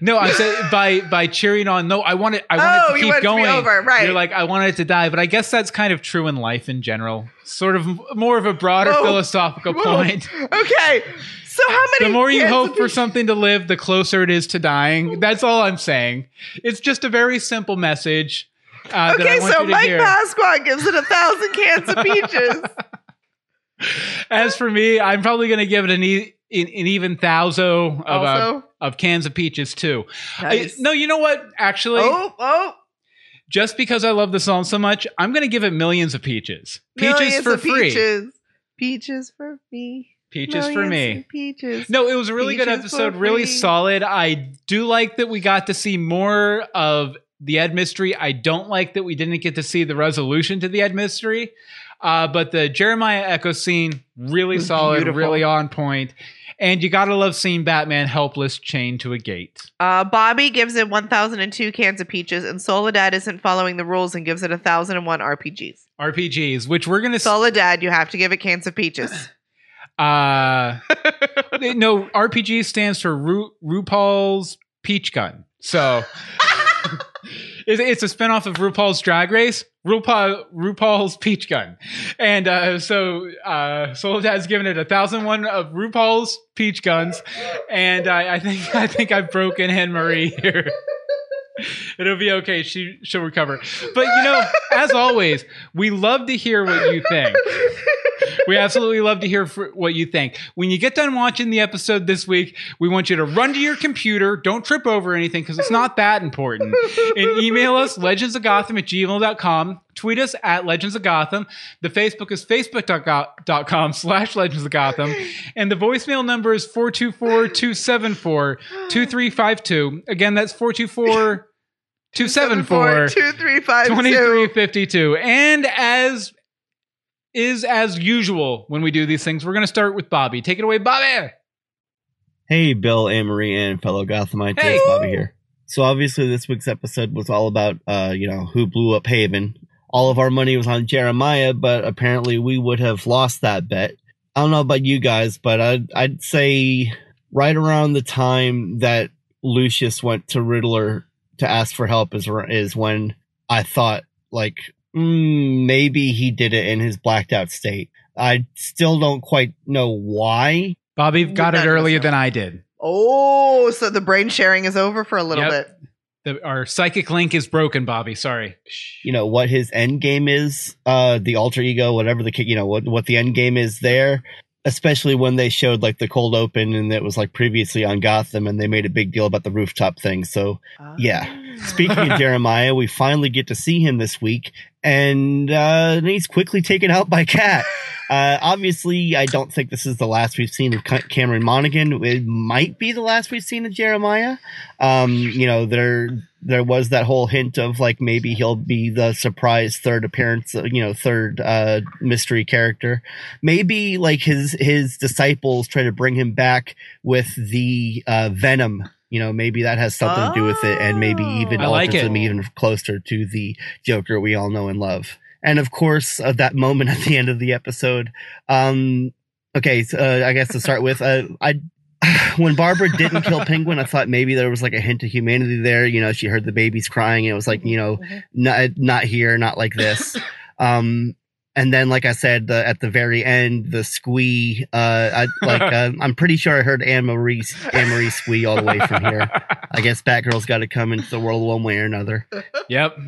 Speaker 1: No, I said by by cheering on. No, I want it. I want it to
Speaker 2: Oh, you
Speaker 1: keep
Speaker 2: want
Speaker 1: going.
Speaker 2: It to be over, right?
Speaker 1: You're like, I want it to die, but I guess that's kind of true in life in general. Sort of m- more of a broader
Speaker 2: Whoa.
Speaker 1: philosophical
Speaker 2: Whoa.
Speaker 1: point.
Speaker 2: okay. So how many?
Speaker 1: The more you
Speaker 2: cans
Speaker 1: hope
Speaker 2: of
Speaker 1: for
Speaker 2: peach-
Speaker 1: something to live, the closer it is to dying. That's all I'm saying. It's just a very simple message. Uh, that I
Speaker 2: Okay,
Speaker 1: want
Speaker 2: so
Speaker 1: you to
Speaker 2: Mike
Speaker 1: hear.
Speaker 2: Pasquale gives it a thousand cans of peaches.
Speaker 1: As for me, I'm probably going to give it an, e- an, an even thouso of, uh,
Speaker 2: also,
Speaker 1: of cans of peaches too. I-
Speaker 2: nice.
Speaker 1: no, you know what? Actually,
Speaker 2: oh, oh,
Speaker 1: just because I love the song so much, I'm going to give it millions of peaches. Peaches
Speaker 2: millions
Speaker 1: for
Speaker 2: of
Speaker 1: free. Peaches,
Speaker 2: Peaches. peaches for me.
Speaker 1: for
Speaker 2: Millions
Speaker 1: me.
Speaker 2: of Peaches.
Speaker 1: No, it was a really good
Speaker 2: Peaches for
Speaker 1: episode. Really
Speaker 2: free.
Speaker 1: solid. I do like that we got to see more of the Ed mystery. I don't like that we didn't get to see the resolution to the Ed mystery. Uh, but the Jeremiah Echo scene, really
Speaker 2: Was
Speaker 1: solid,
Speaker 2: beautiful.
Speaker 1: really on point. And you gotta love seeing Batman helpless chained to a gate.
Speaker 2: Uh, Bobby gives it 1,002 cans of peaches, and Soledad isn't following the rules and gives it 1,001 RPGs.
Speaker 1: RPGs, which we're gonna s-
Speaker 2: Soledad, you have to give it cans of peaches.
Speaker 1: uh no RPG stands for Ru- RuPaul's Peach Gun. So it's, it's a spinoff of RuPaul's Drag Race, RuPaul RuPaul's Peach Gun, and uh, so uh, Soledad's given it a thousand one of RuPaul's Peach Guns, and I, I think I think I've broken Anne Marie here. It'll be okay. She she'll recover. But you know, as always, we love to hear what you think we absolutely love to hear fr- what you think. When you get done watching the episode this week, we want you to run to your computer. Don't trip over anything because it's not that important. And email us legendsofgotham at gmail.com. Tweet us at Legends of Gotham. The Facebook is facebook.com slash Legends of Gotham. And the voicemail number is 424 274 2352. Again, that's 424 274
Speaker 2: 2352.
Speaker 1: 2352. And as is as usual when we do these things, we're going to start with Bobby. Take it away, Bobby.
Speaker 5: Hey, Bill, Amory, and fellow Gothamites.
Speaker 1: Hey.
Speaker 5: It's Bobby here. So obviously, this week's episode was all about, uh, you know, who blew up Haven. All of our money was on Jeremiah, but apparently we would have lost that bet. I don't know about you guys, but I'd, I'd say right around the time that Lucius went to Riddler to ask for help is ar- is when I thought like mm, maybe he did it in his blacked out state. I still don't quite know why
Speaker 1: Bobby got
Speaker 2: Not
Speaker 1: it
Speaker 2: in this
Speaker 1: earlier
Speaker 2: one.
Speaker 1: than I did.
Speaker 2: Oh, so the brain sharing is over for a little
Speaker 1: Yep.
Speaker 2: bit.
Speaker 1: The, our psychic link is broken, Bobby. Sorry.
Speaker 5: you know what his end game is uh the alter ego whatever the ki- you know what what the end game is there especially when they showed like the cold open and it was like previously on gotham and they made a big deal about the rooftop thing so Yeah. speaking of jeremiah we finally get to see him this week and uh then he's quickly taken out by cat uh obviously i don't think this is the last we've seen of Ca- cameron monaghan it might be the last we've seen of jeremiah um you know they're there was that whole hint of like maybe he'll be the surprise third appearance, uh, you know, third uh, mystery character. Maybe like his his disciples try to bring him back with the uh, venom. You know, maybe that has something to do with it, and maybe even
Speaker 1: I like
Speaker 5: alters
Speaker 1: it.
Speaker 5: him even closer to the Joker we all know and love. And of course, uh, that moment at the end of the episode. Um, okay, so, uh, I guess to start with, uh, I when Barbara didn't kill Penguin, I thought maybe there was like a hint of humanity there. You know, she heard the babies crying, and it was like, you know, not not here, not like this. um, and then, like I said, the, at the very end, the squee. Uh, I, like uh, I'm pretty sure I heard Anne Marie Anne Marie squee all the way from here. I guess Batgirl's got to come into the world one way or another.
Speaker 1: Yep.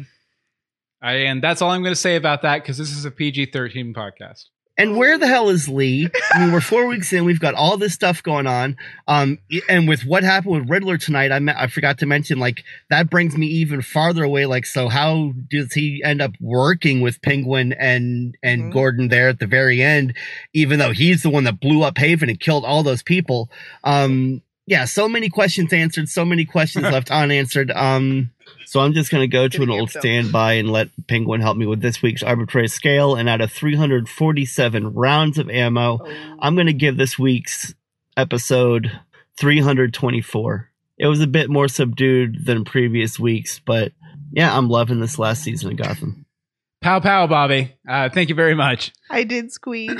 Speaker 1: I, and that's all I'm going to say about that because this is a PG 13 podcast.
Speaker 5: And where the hell is Lee? I mean, we're four weeks in. We've got all this stuff going on. Um, i- and with what happened with Riddler tonight, I me- I forgot to mention like that brings me even farther away. Like, so how does he end up working with Penguin and and
Speaker 2: Mhm.
Speaker 5: Gordon there at the very end, even though he's the one that blew up Haven and killed all those people? Um, yeah, so many questions answered, so many questions left unanswered. Um, so I'm just going to go to an
Speaker 2: Gonna be
Speaker 5: old
Speaker 2: yourself.
Speaker 5: standby and let Penguin help me with this week's arbitrary scale. And out of 347 rounds of ammo,
Speaker 2: Oh.
Speaker 5: I'm going to give this week's episode 324. It was a bit more subdued than previous weeks, but yeah, I'm loving this last season of Gotham.
Speaker 1: Pow pow, Bobby. Uh, thank you very much.
Speaker 2: I did squeak.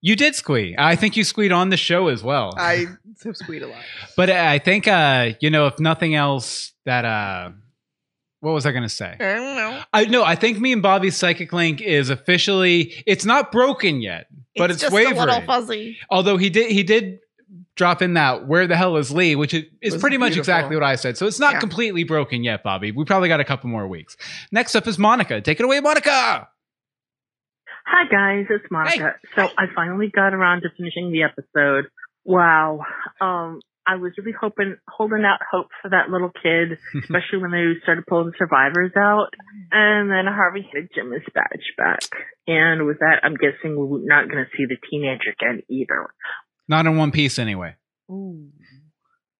Speaker 1: You did squee. I think you squeed on the show as well.
Speaker 2: I have squeaked a lot.
Speaker 1: but I think, uh, you know, if nothing else, that, uh, what was I going to say?
Speaker 2: I don't know.
Speaker 1: I know. I think me and Bobby's psychic link is officially, it's not broken yet, but it's,
Speaker 2: just
Speaker 1: wavering.
Speaker 2: a little fuzzy.
Speaker 1: Although he did, he did drop in that where the hell is Lee, which is, is
Speaker 2: Was
Speaker 1: pretty much
Speaker 2: beautiful.
Speaker 1: exactly what I said. So it's not
Speaker 2: Yeah.
Speaker 1: completely broken yet, Bobby. We probably got a couple more weeks. Next up is Monica. Take it away, Monica.
Speaker 6: Hi guys, it's Monica. So I finally got around to finishing the episode. Wow. Um I was really hoping holding out hope for that little kid, especially when they started pulling the survivors out. And then Harvey had Jim's badge back. And with that I'm guessing we're not gonna see the teenager again either.
Speaker 1: Not in one piece anyway.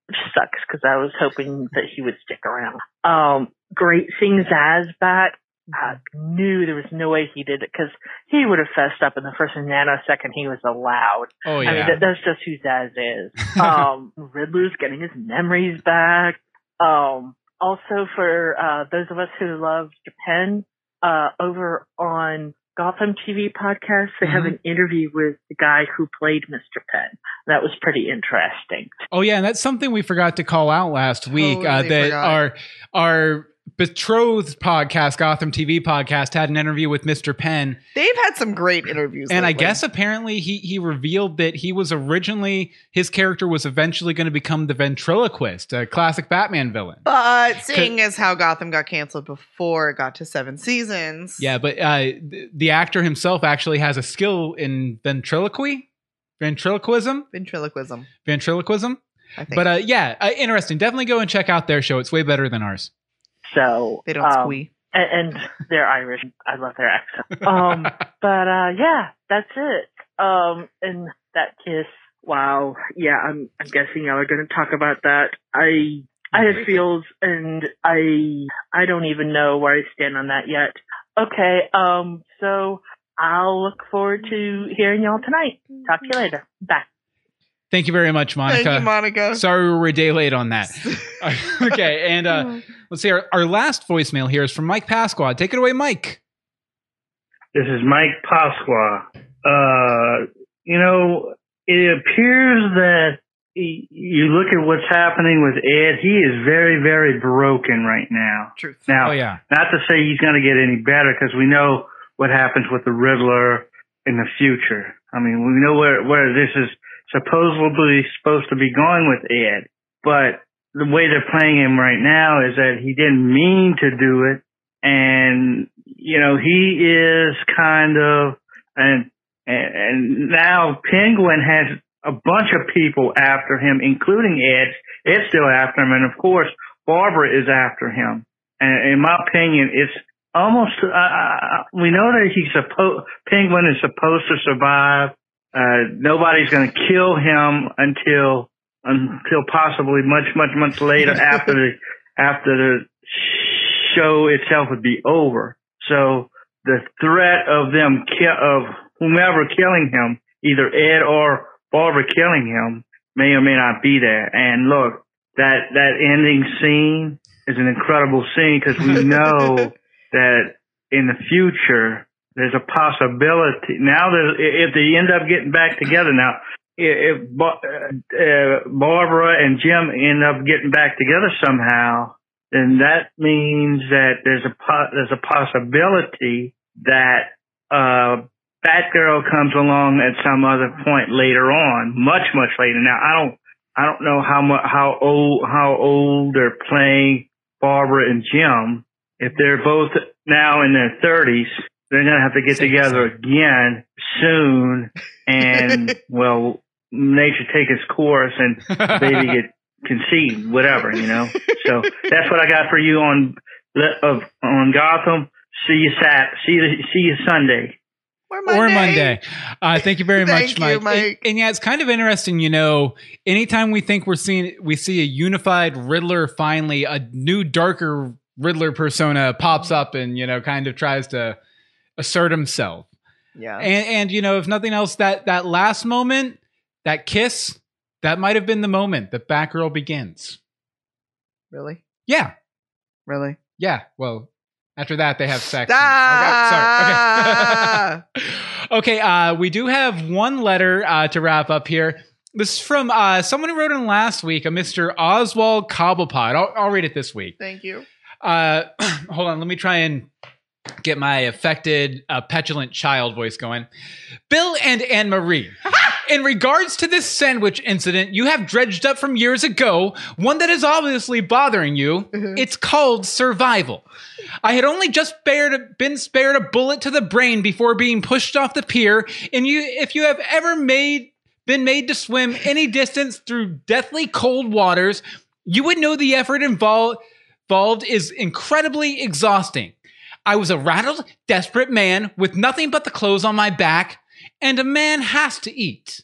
Speaker 6: Which sucks because I was hoping that he would stick around. Um great seeing Zaz back. I knew there was no way he did it because he would have fessed up in the first nanosecond he was allowed.
Speaker 1: Oh
Speaker 6: I mean,
Speaker 1: yeah.
Speaker 6: that, that's just who Zaz is. Um, Riddler's getting his memories back. Um, also for uh, those of us who love Japan, uh, over on Gotham TV podcast, they have an interview with the guy who played Mr. Penn. That was pretty interesting.
Speaker 1: Oh yeah, and that's something we forgot to call out last week. uh,
Speaker 2: Totally
Speaker 1: that
Speaker 2: forgot.
Speaker 1: our our betrothed podcast, Gotham TV podcast, had an interview with Mr. Penn,
Speaker 2: They've had some great interviews.
Speaker 1: and I
Speaker 2: lately.
Speaker 1: guess apparently he he revealed that he was originally his character was eventually going to become the ventriloquist, a classic Batman villain.
Speaker 2: But seeing as how Gotham got canceled before it got to seven seasons,
Speaker 1: Yeah, but uh, th- the actor himself actually has a skill in ventriloquy, ventriloquism,
Speaker 2: ventriloquism.
Speaker 1: ventriloquism.
Speaker 2: I think,
Speaker 1: But uh, yeah, uh, interesting. Definitely go and check out their show. It's way better than ours.
Speaker 6: So
Speaker 2: they don't
Speaker 6: um,
Speaker 2: squee.
Speaker 6: and, and they're Irish. I love their accent. Um, but uh, yeah, that's it. Um, and that kiss. Wow. Yeah, I'm, I'm guessing y'all are going to talk about that. I I have feels, and I I don't even know where I stand on that yet. Okay. Um. So I'll look forward to hearing y'all tonight. Talk to you later. Bye.
Speaker 1: Thank you very much, Monica.
Speaker 2: Thank you, Monica.
Speaker 1: Sorry we were a day late on that. okay, and uh, let's see. Our, our last voicemail here is from Mike Pasquad. Take it away, Mike.
Speaker 7: This is Mike Pasqua. Uh, you know, it appears that y- you look at what's happening with Ed. He is very, very broken right now.
Speaker 2: Truth.
Speaker 7: Now,
Speaker 1: Oh yeah,
Speaker 7: not to say he's going to get any better because we know what happens with the Riddler in the future. I mean, we know where where this is supposedly supposed to be going with Ed, but the way they're playing him right now is that he didn't mean to do it. And, you know, he is kind of, and, and, and now Penguin has a bunch of people after him, including Ed. Ed's still after him. And of course, Barbara is after him. And in my opinion, it's almost, uh, uh, we know that he's supposed, Penguin is supposed to survive. Uh, nobody's going to kill him until until possibly much, much, much later after the after the show itself would be over. So the threat of them ki- of whomever killing him, either Ed or Barbara killing him, may or may not be there. And look, that that ending scene is an incredible scene because we know that in the future there's a possibility. Now there's if they end up getting back together now if Bar- uh, Barbara and Jim end up getting back together somehow, then that means that there's a po- there's a possibility that uh, Batgirl comes along at some other point later on, much much later. Now I don't I don't know how mu- how old how old they're playing Barbara and Jim. If they're both now in their thirties, they're gonna have to get together again soon, and well, nature take its course and baby get conceived, whatever you know. So that's what I got for you on of on Gotham. See you sat. See you, see you Sunday.
Speaker 2: Or
Speaker 1: or Monday. Uh, thank you very
Speaker 2: Thank
Speaker 1: much,
Speaker 2: you,
Speaker 1: Mike. And- And,
Speaker 2: Mike.
Speaker 1: yeah, it's kind of interesting, you know. Anytime we think we're seeing, we see a unified Riddler. Finally, a new darker Riddler persona pops up, and you know, kind of tries to assert himself.
Speaker 2: Yeah.
Speaker 1: And and you know, if nothing else, that that last moment, that kiss, that might have been the moment that Batgirl begins.
Speaker 2: Really?
Speaker 1: Yeah,
Speaker 2: Really?
Speaker 1: yeah. Well, after that, they have sex. and- Okay, sorry. Okay.
Speaker 2: Ah!
Speaker 1: okay, uh, we do have one letter uh, to wrap up here. This is from uh, someone who wrote in last week, a Mr. Oswald Cobblepot. I'll, I'll read it this week.
Speaker 2: Thank you.
Speaker 1: Uh, hold on, let me try and get my affected, uh, petulant child voice going. Bill and Anne Marie. In regards to this sandwich incident you have dredged up from years ago, one that is obviously bothering you, it's called survival. I had only just spared, been spared a bullet to the brain before being pushed off the pier, and you, if you have ever made been made to swim any distance through deathly cold waters, you would know the effort involved involved is incredibly exhausting. I was a rattled, desperate man with nothing but the clothes on my back, and a man has to eat.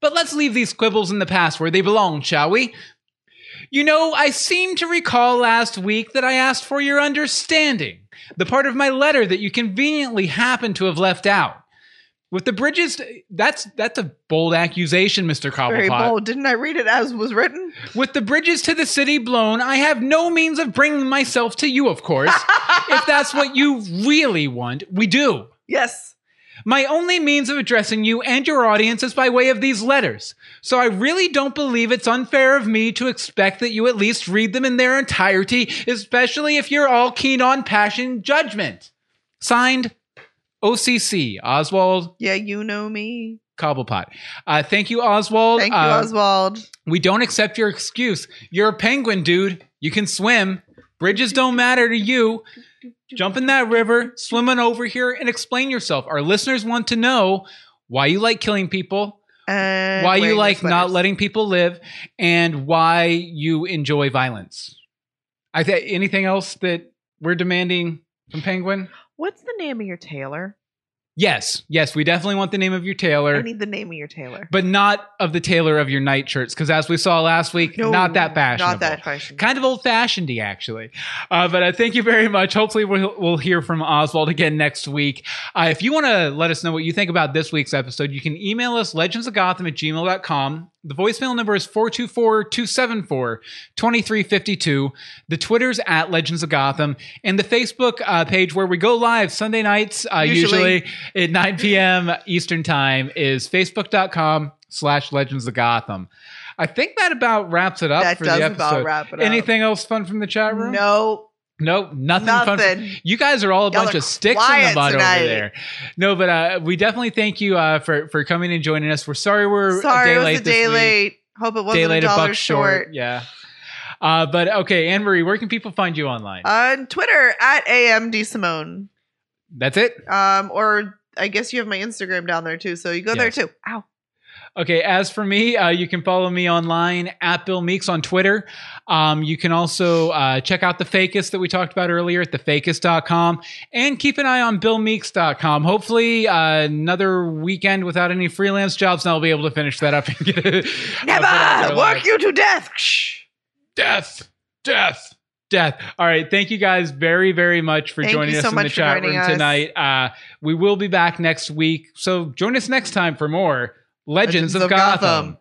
Speaker 1: But let's leave these quibbles in the past where they belong, shall we? You know, I seem to recall last week that I asked for your understanding, the part of my letter that you conveniently happened to have left out. With the bridges, that's that's a bold accusation, Mr. Cobblepot.
Speaker 2: Very bold. Didn't I read it as was written?
Speaker 1: With the bridges to the city blown, I have no means of bringing myself to you, of course. if that's what you really want, we do.
Speaker 2: Yes.
Speaker 1: My only means of addressing you and your audience is by way of these letters. So I really don't believe it's unfair of me to expect that you at least read them in their entirety, especially if you're all keen on passion and judgment. Signed, OCC, Oswald
Speaker 2: Yeah, you know me.
Speaker 1: Cobblepot. Uh, thank you, Oswald.
Speaker 2: Thank you,
Speaker 1: Uh,
Speaker 2: Oswald.
Speaker 1: we don't accept your excuse. You're a penguin, dude. You can swim. Bridges don't matter to you. Jump in that river, swim on over here, and explain yourself. Our listeners want to know why you like killing people,
Speaker 2: And
Speaker 1: why you
Speaker 2: wearing
Speaker 1: like
Speaker 2: those
Speaker 1: not
Speaker 2: sweaters.
Speaker 1: letting people live, and why you enjoy violence. I think anything else that we're demanding from Penguin?
Speaker 2: What's the name of your tailor?
Speaker 1: Yes, yes, we definitely want the name of your
Speaker 2: I
Speaker 1: tailor,
Speaker 2: need the name of your tailor.
Speaker 1: but not of the tailor of your nightshirts, because as we saw last week, not that fashionable.
Speaker 2: Not that fashion.
Speaker 1: kind of old fashioned y actually. Uh, but uh, thank you very much. Hopefully, we'll, we'll hear from Oswald again next week. Uh, if you want to let us know what you think about this week's episode, you can email us legendsofgotham at gmail.com. The voicemail number is 424 274 2352. The Twitter's at Legends of Gotham. And the Facebook uh, page where we go live Sunday nights, uh,
Speaker 2: Usually.
Speaker 1: usually. at 9 p.m. Eastern Time, is facebook.com slash Legends of Gotham. I think that about wraps it up
Speaker 2: that
Speaker 1: for
Speaker 2: does
Speaker 1: the episode.
Speaker 2: about wrap it up.
Speaker 1: Anything else fun from the chat room?
Speaker 2: um, No.
Speaker 1: Nope, nothing, fun.
Speaker 2: Nothing.
Speaker 1: You guys are all a
Speaker 2: Y'all
Speaker 1: bunch
Speaker 2: are
Speaker 1: of sticks in the
Speaker 2: quiet
Speaker 1: mud
Speaker 2: tonight.
Speaker 1: over there. No, but uh, we definitely thank you uh, for for coming and joining us. We're sorry we're
Speaker 2: Sorry,
Speaker 1: a day
Speaker 2: it was
Speaker 1: late.
Speaker 2: a
Speaker 1: this
Speaker 2: day
Speaker 1: week.
Speaker 2: late. Hope it wasn't
Speaker 1: Day late,
Speaker 2: a dollar
Speaker 1: buck
Speaker 2: short.
Speaker 1: Yeah. Uh, but okay, Anne Marie, where can people find you online?
Speaker 2: On Twitter at AMD Simone.
Speaker 1: That's it.
Speaker 2: Um, or I guess you have my Instagram down there too, so you go
Speaker 1: Yes.
Speaker 2: there too. Ow.
Speaker 1: Okay, as for me, uh, you can follow me online at Bill Meeks on Twitter. Um, you can also uh, check out the Fakest that we talked about earlier at thefakest.com and keep an eye on BillMeeks.com. Hopefully, uh, another weekend without any freelance jobs, and I'll be able to finish that up and get it. uh, put out
Speaker 2: Never
Speaker 1: there
Speaker 2: work
Speaker 1: live.
Speaker 2: you to death. Ksh.
Speaker 1: Death! Death! Death. All right. Thank you guys very, very much for
Speaker 2: Thank
Speaker 1: joining
Speaker 2: you
Speaker 1: us
Speaker 2: so
Speaker 1: in the
Speaker 2: much for
Speaker 1: chat
Speaker 2: joining
Speaker 1: room
Speaker 2: us.
Speaker 1: tonight. Uh, we will be back next week. So join us next time for more Legends, of, Gotham.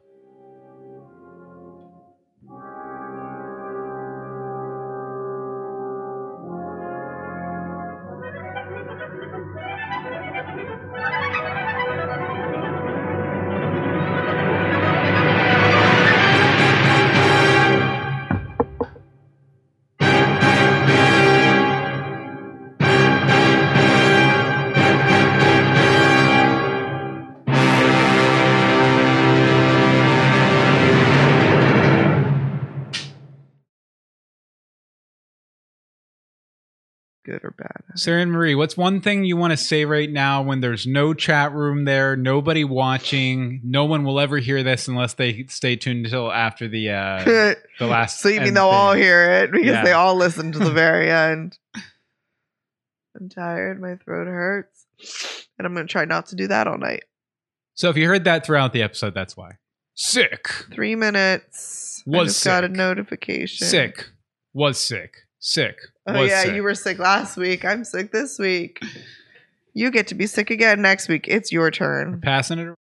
Speaker 2: Good or bad?
Speaker 1: Sarah and Marie, what's one thing you want to say right now when there's no chat room there, nobody watching, no one will ever hear this unless they stay tuned until after the uh, the last.
Speaker 2: so you mean
Speaker 1: end
Speaker 2: they'll all
Speaker 1: thing.
Speaker 2: hear it because
Speaker 1: Yeah.
Speaker 2: they all listen to the very end. I'm tired. My throat hurts, and I'm gonna try not to do that all night.
Speaker 1: So if you heard that throughout the episode, that's why. Sick,
Speaker 2: Three minutes. I
Speaker 1: Was
Speaker 2: just got a
Speaker 1: sick.
Speaker 2: notification.
Speaker 1: sick, was sick, sick.
Speaker 2: Oh
Speaker 1: was
Speaker 2: yeah,
Speaker 1: sick.
Speaker 2: you were sick last week. I'm sick this week. You get to be sick again next week. It's your turn.
Speaker 1: passing it.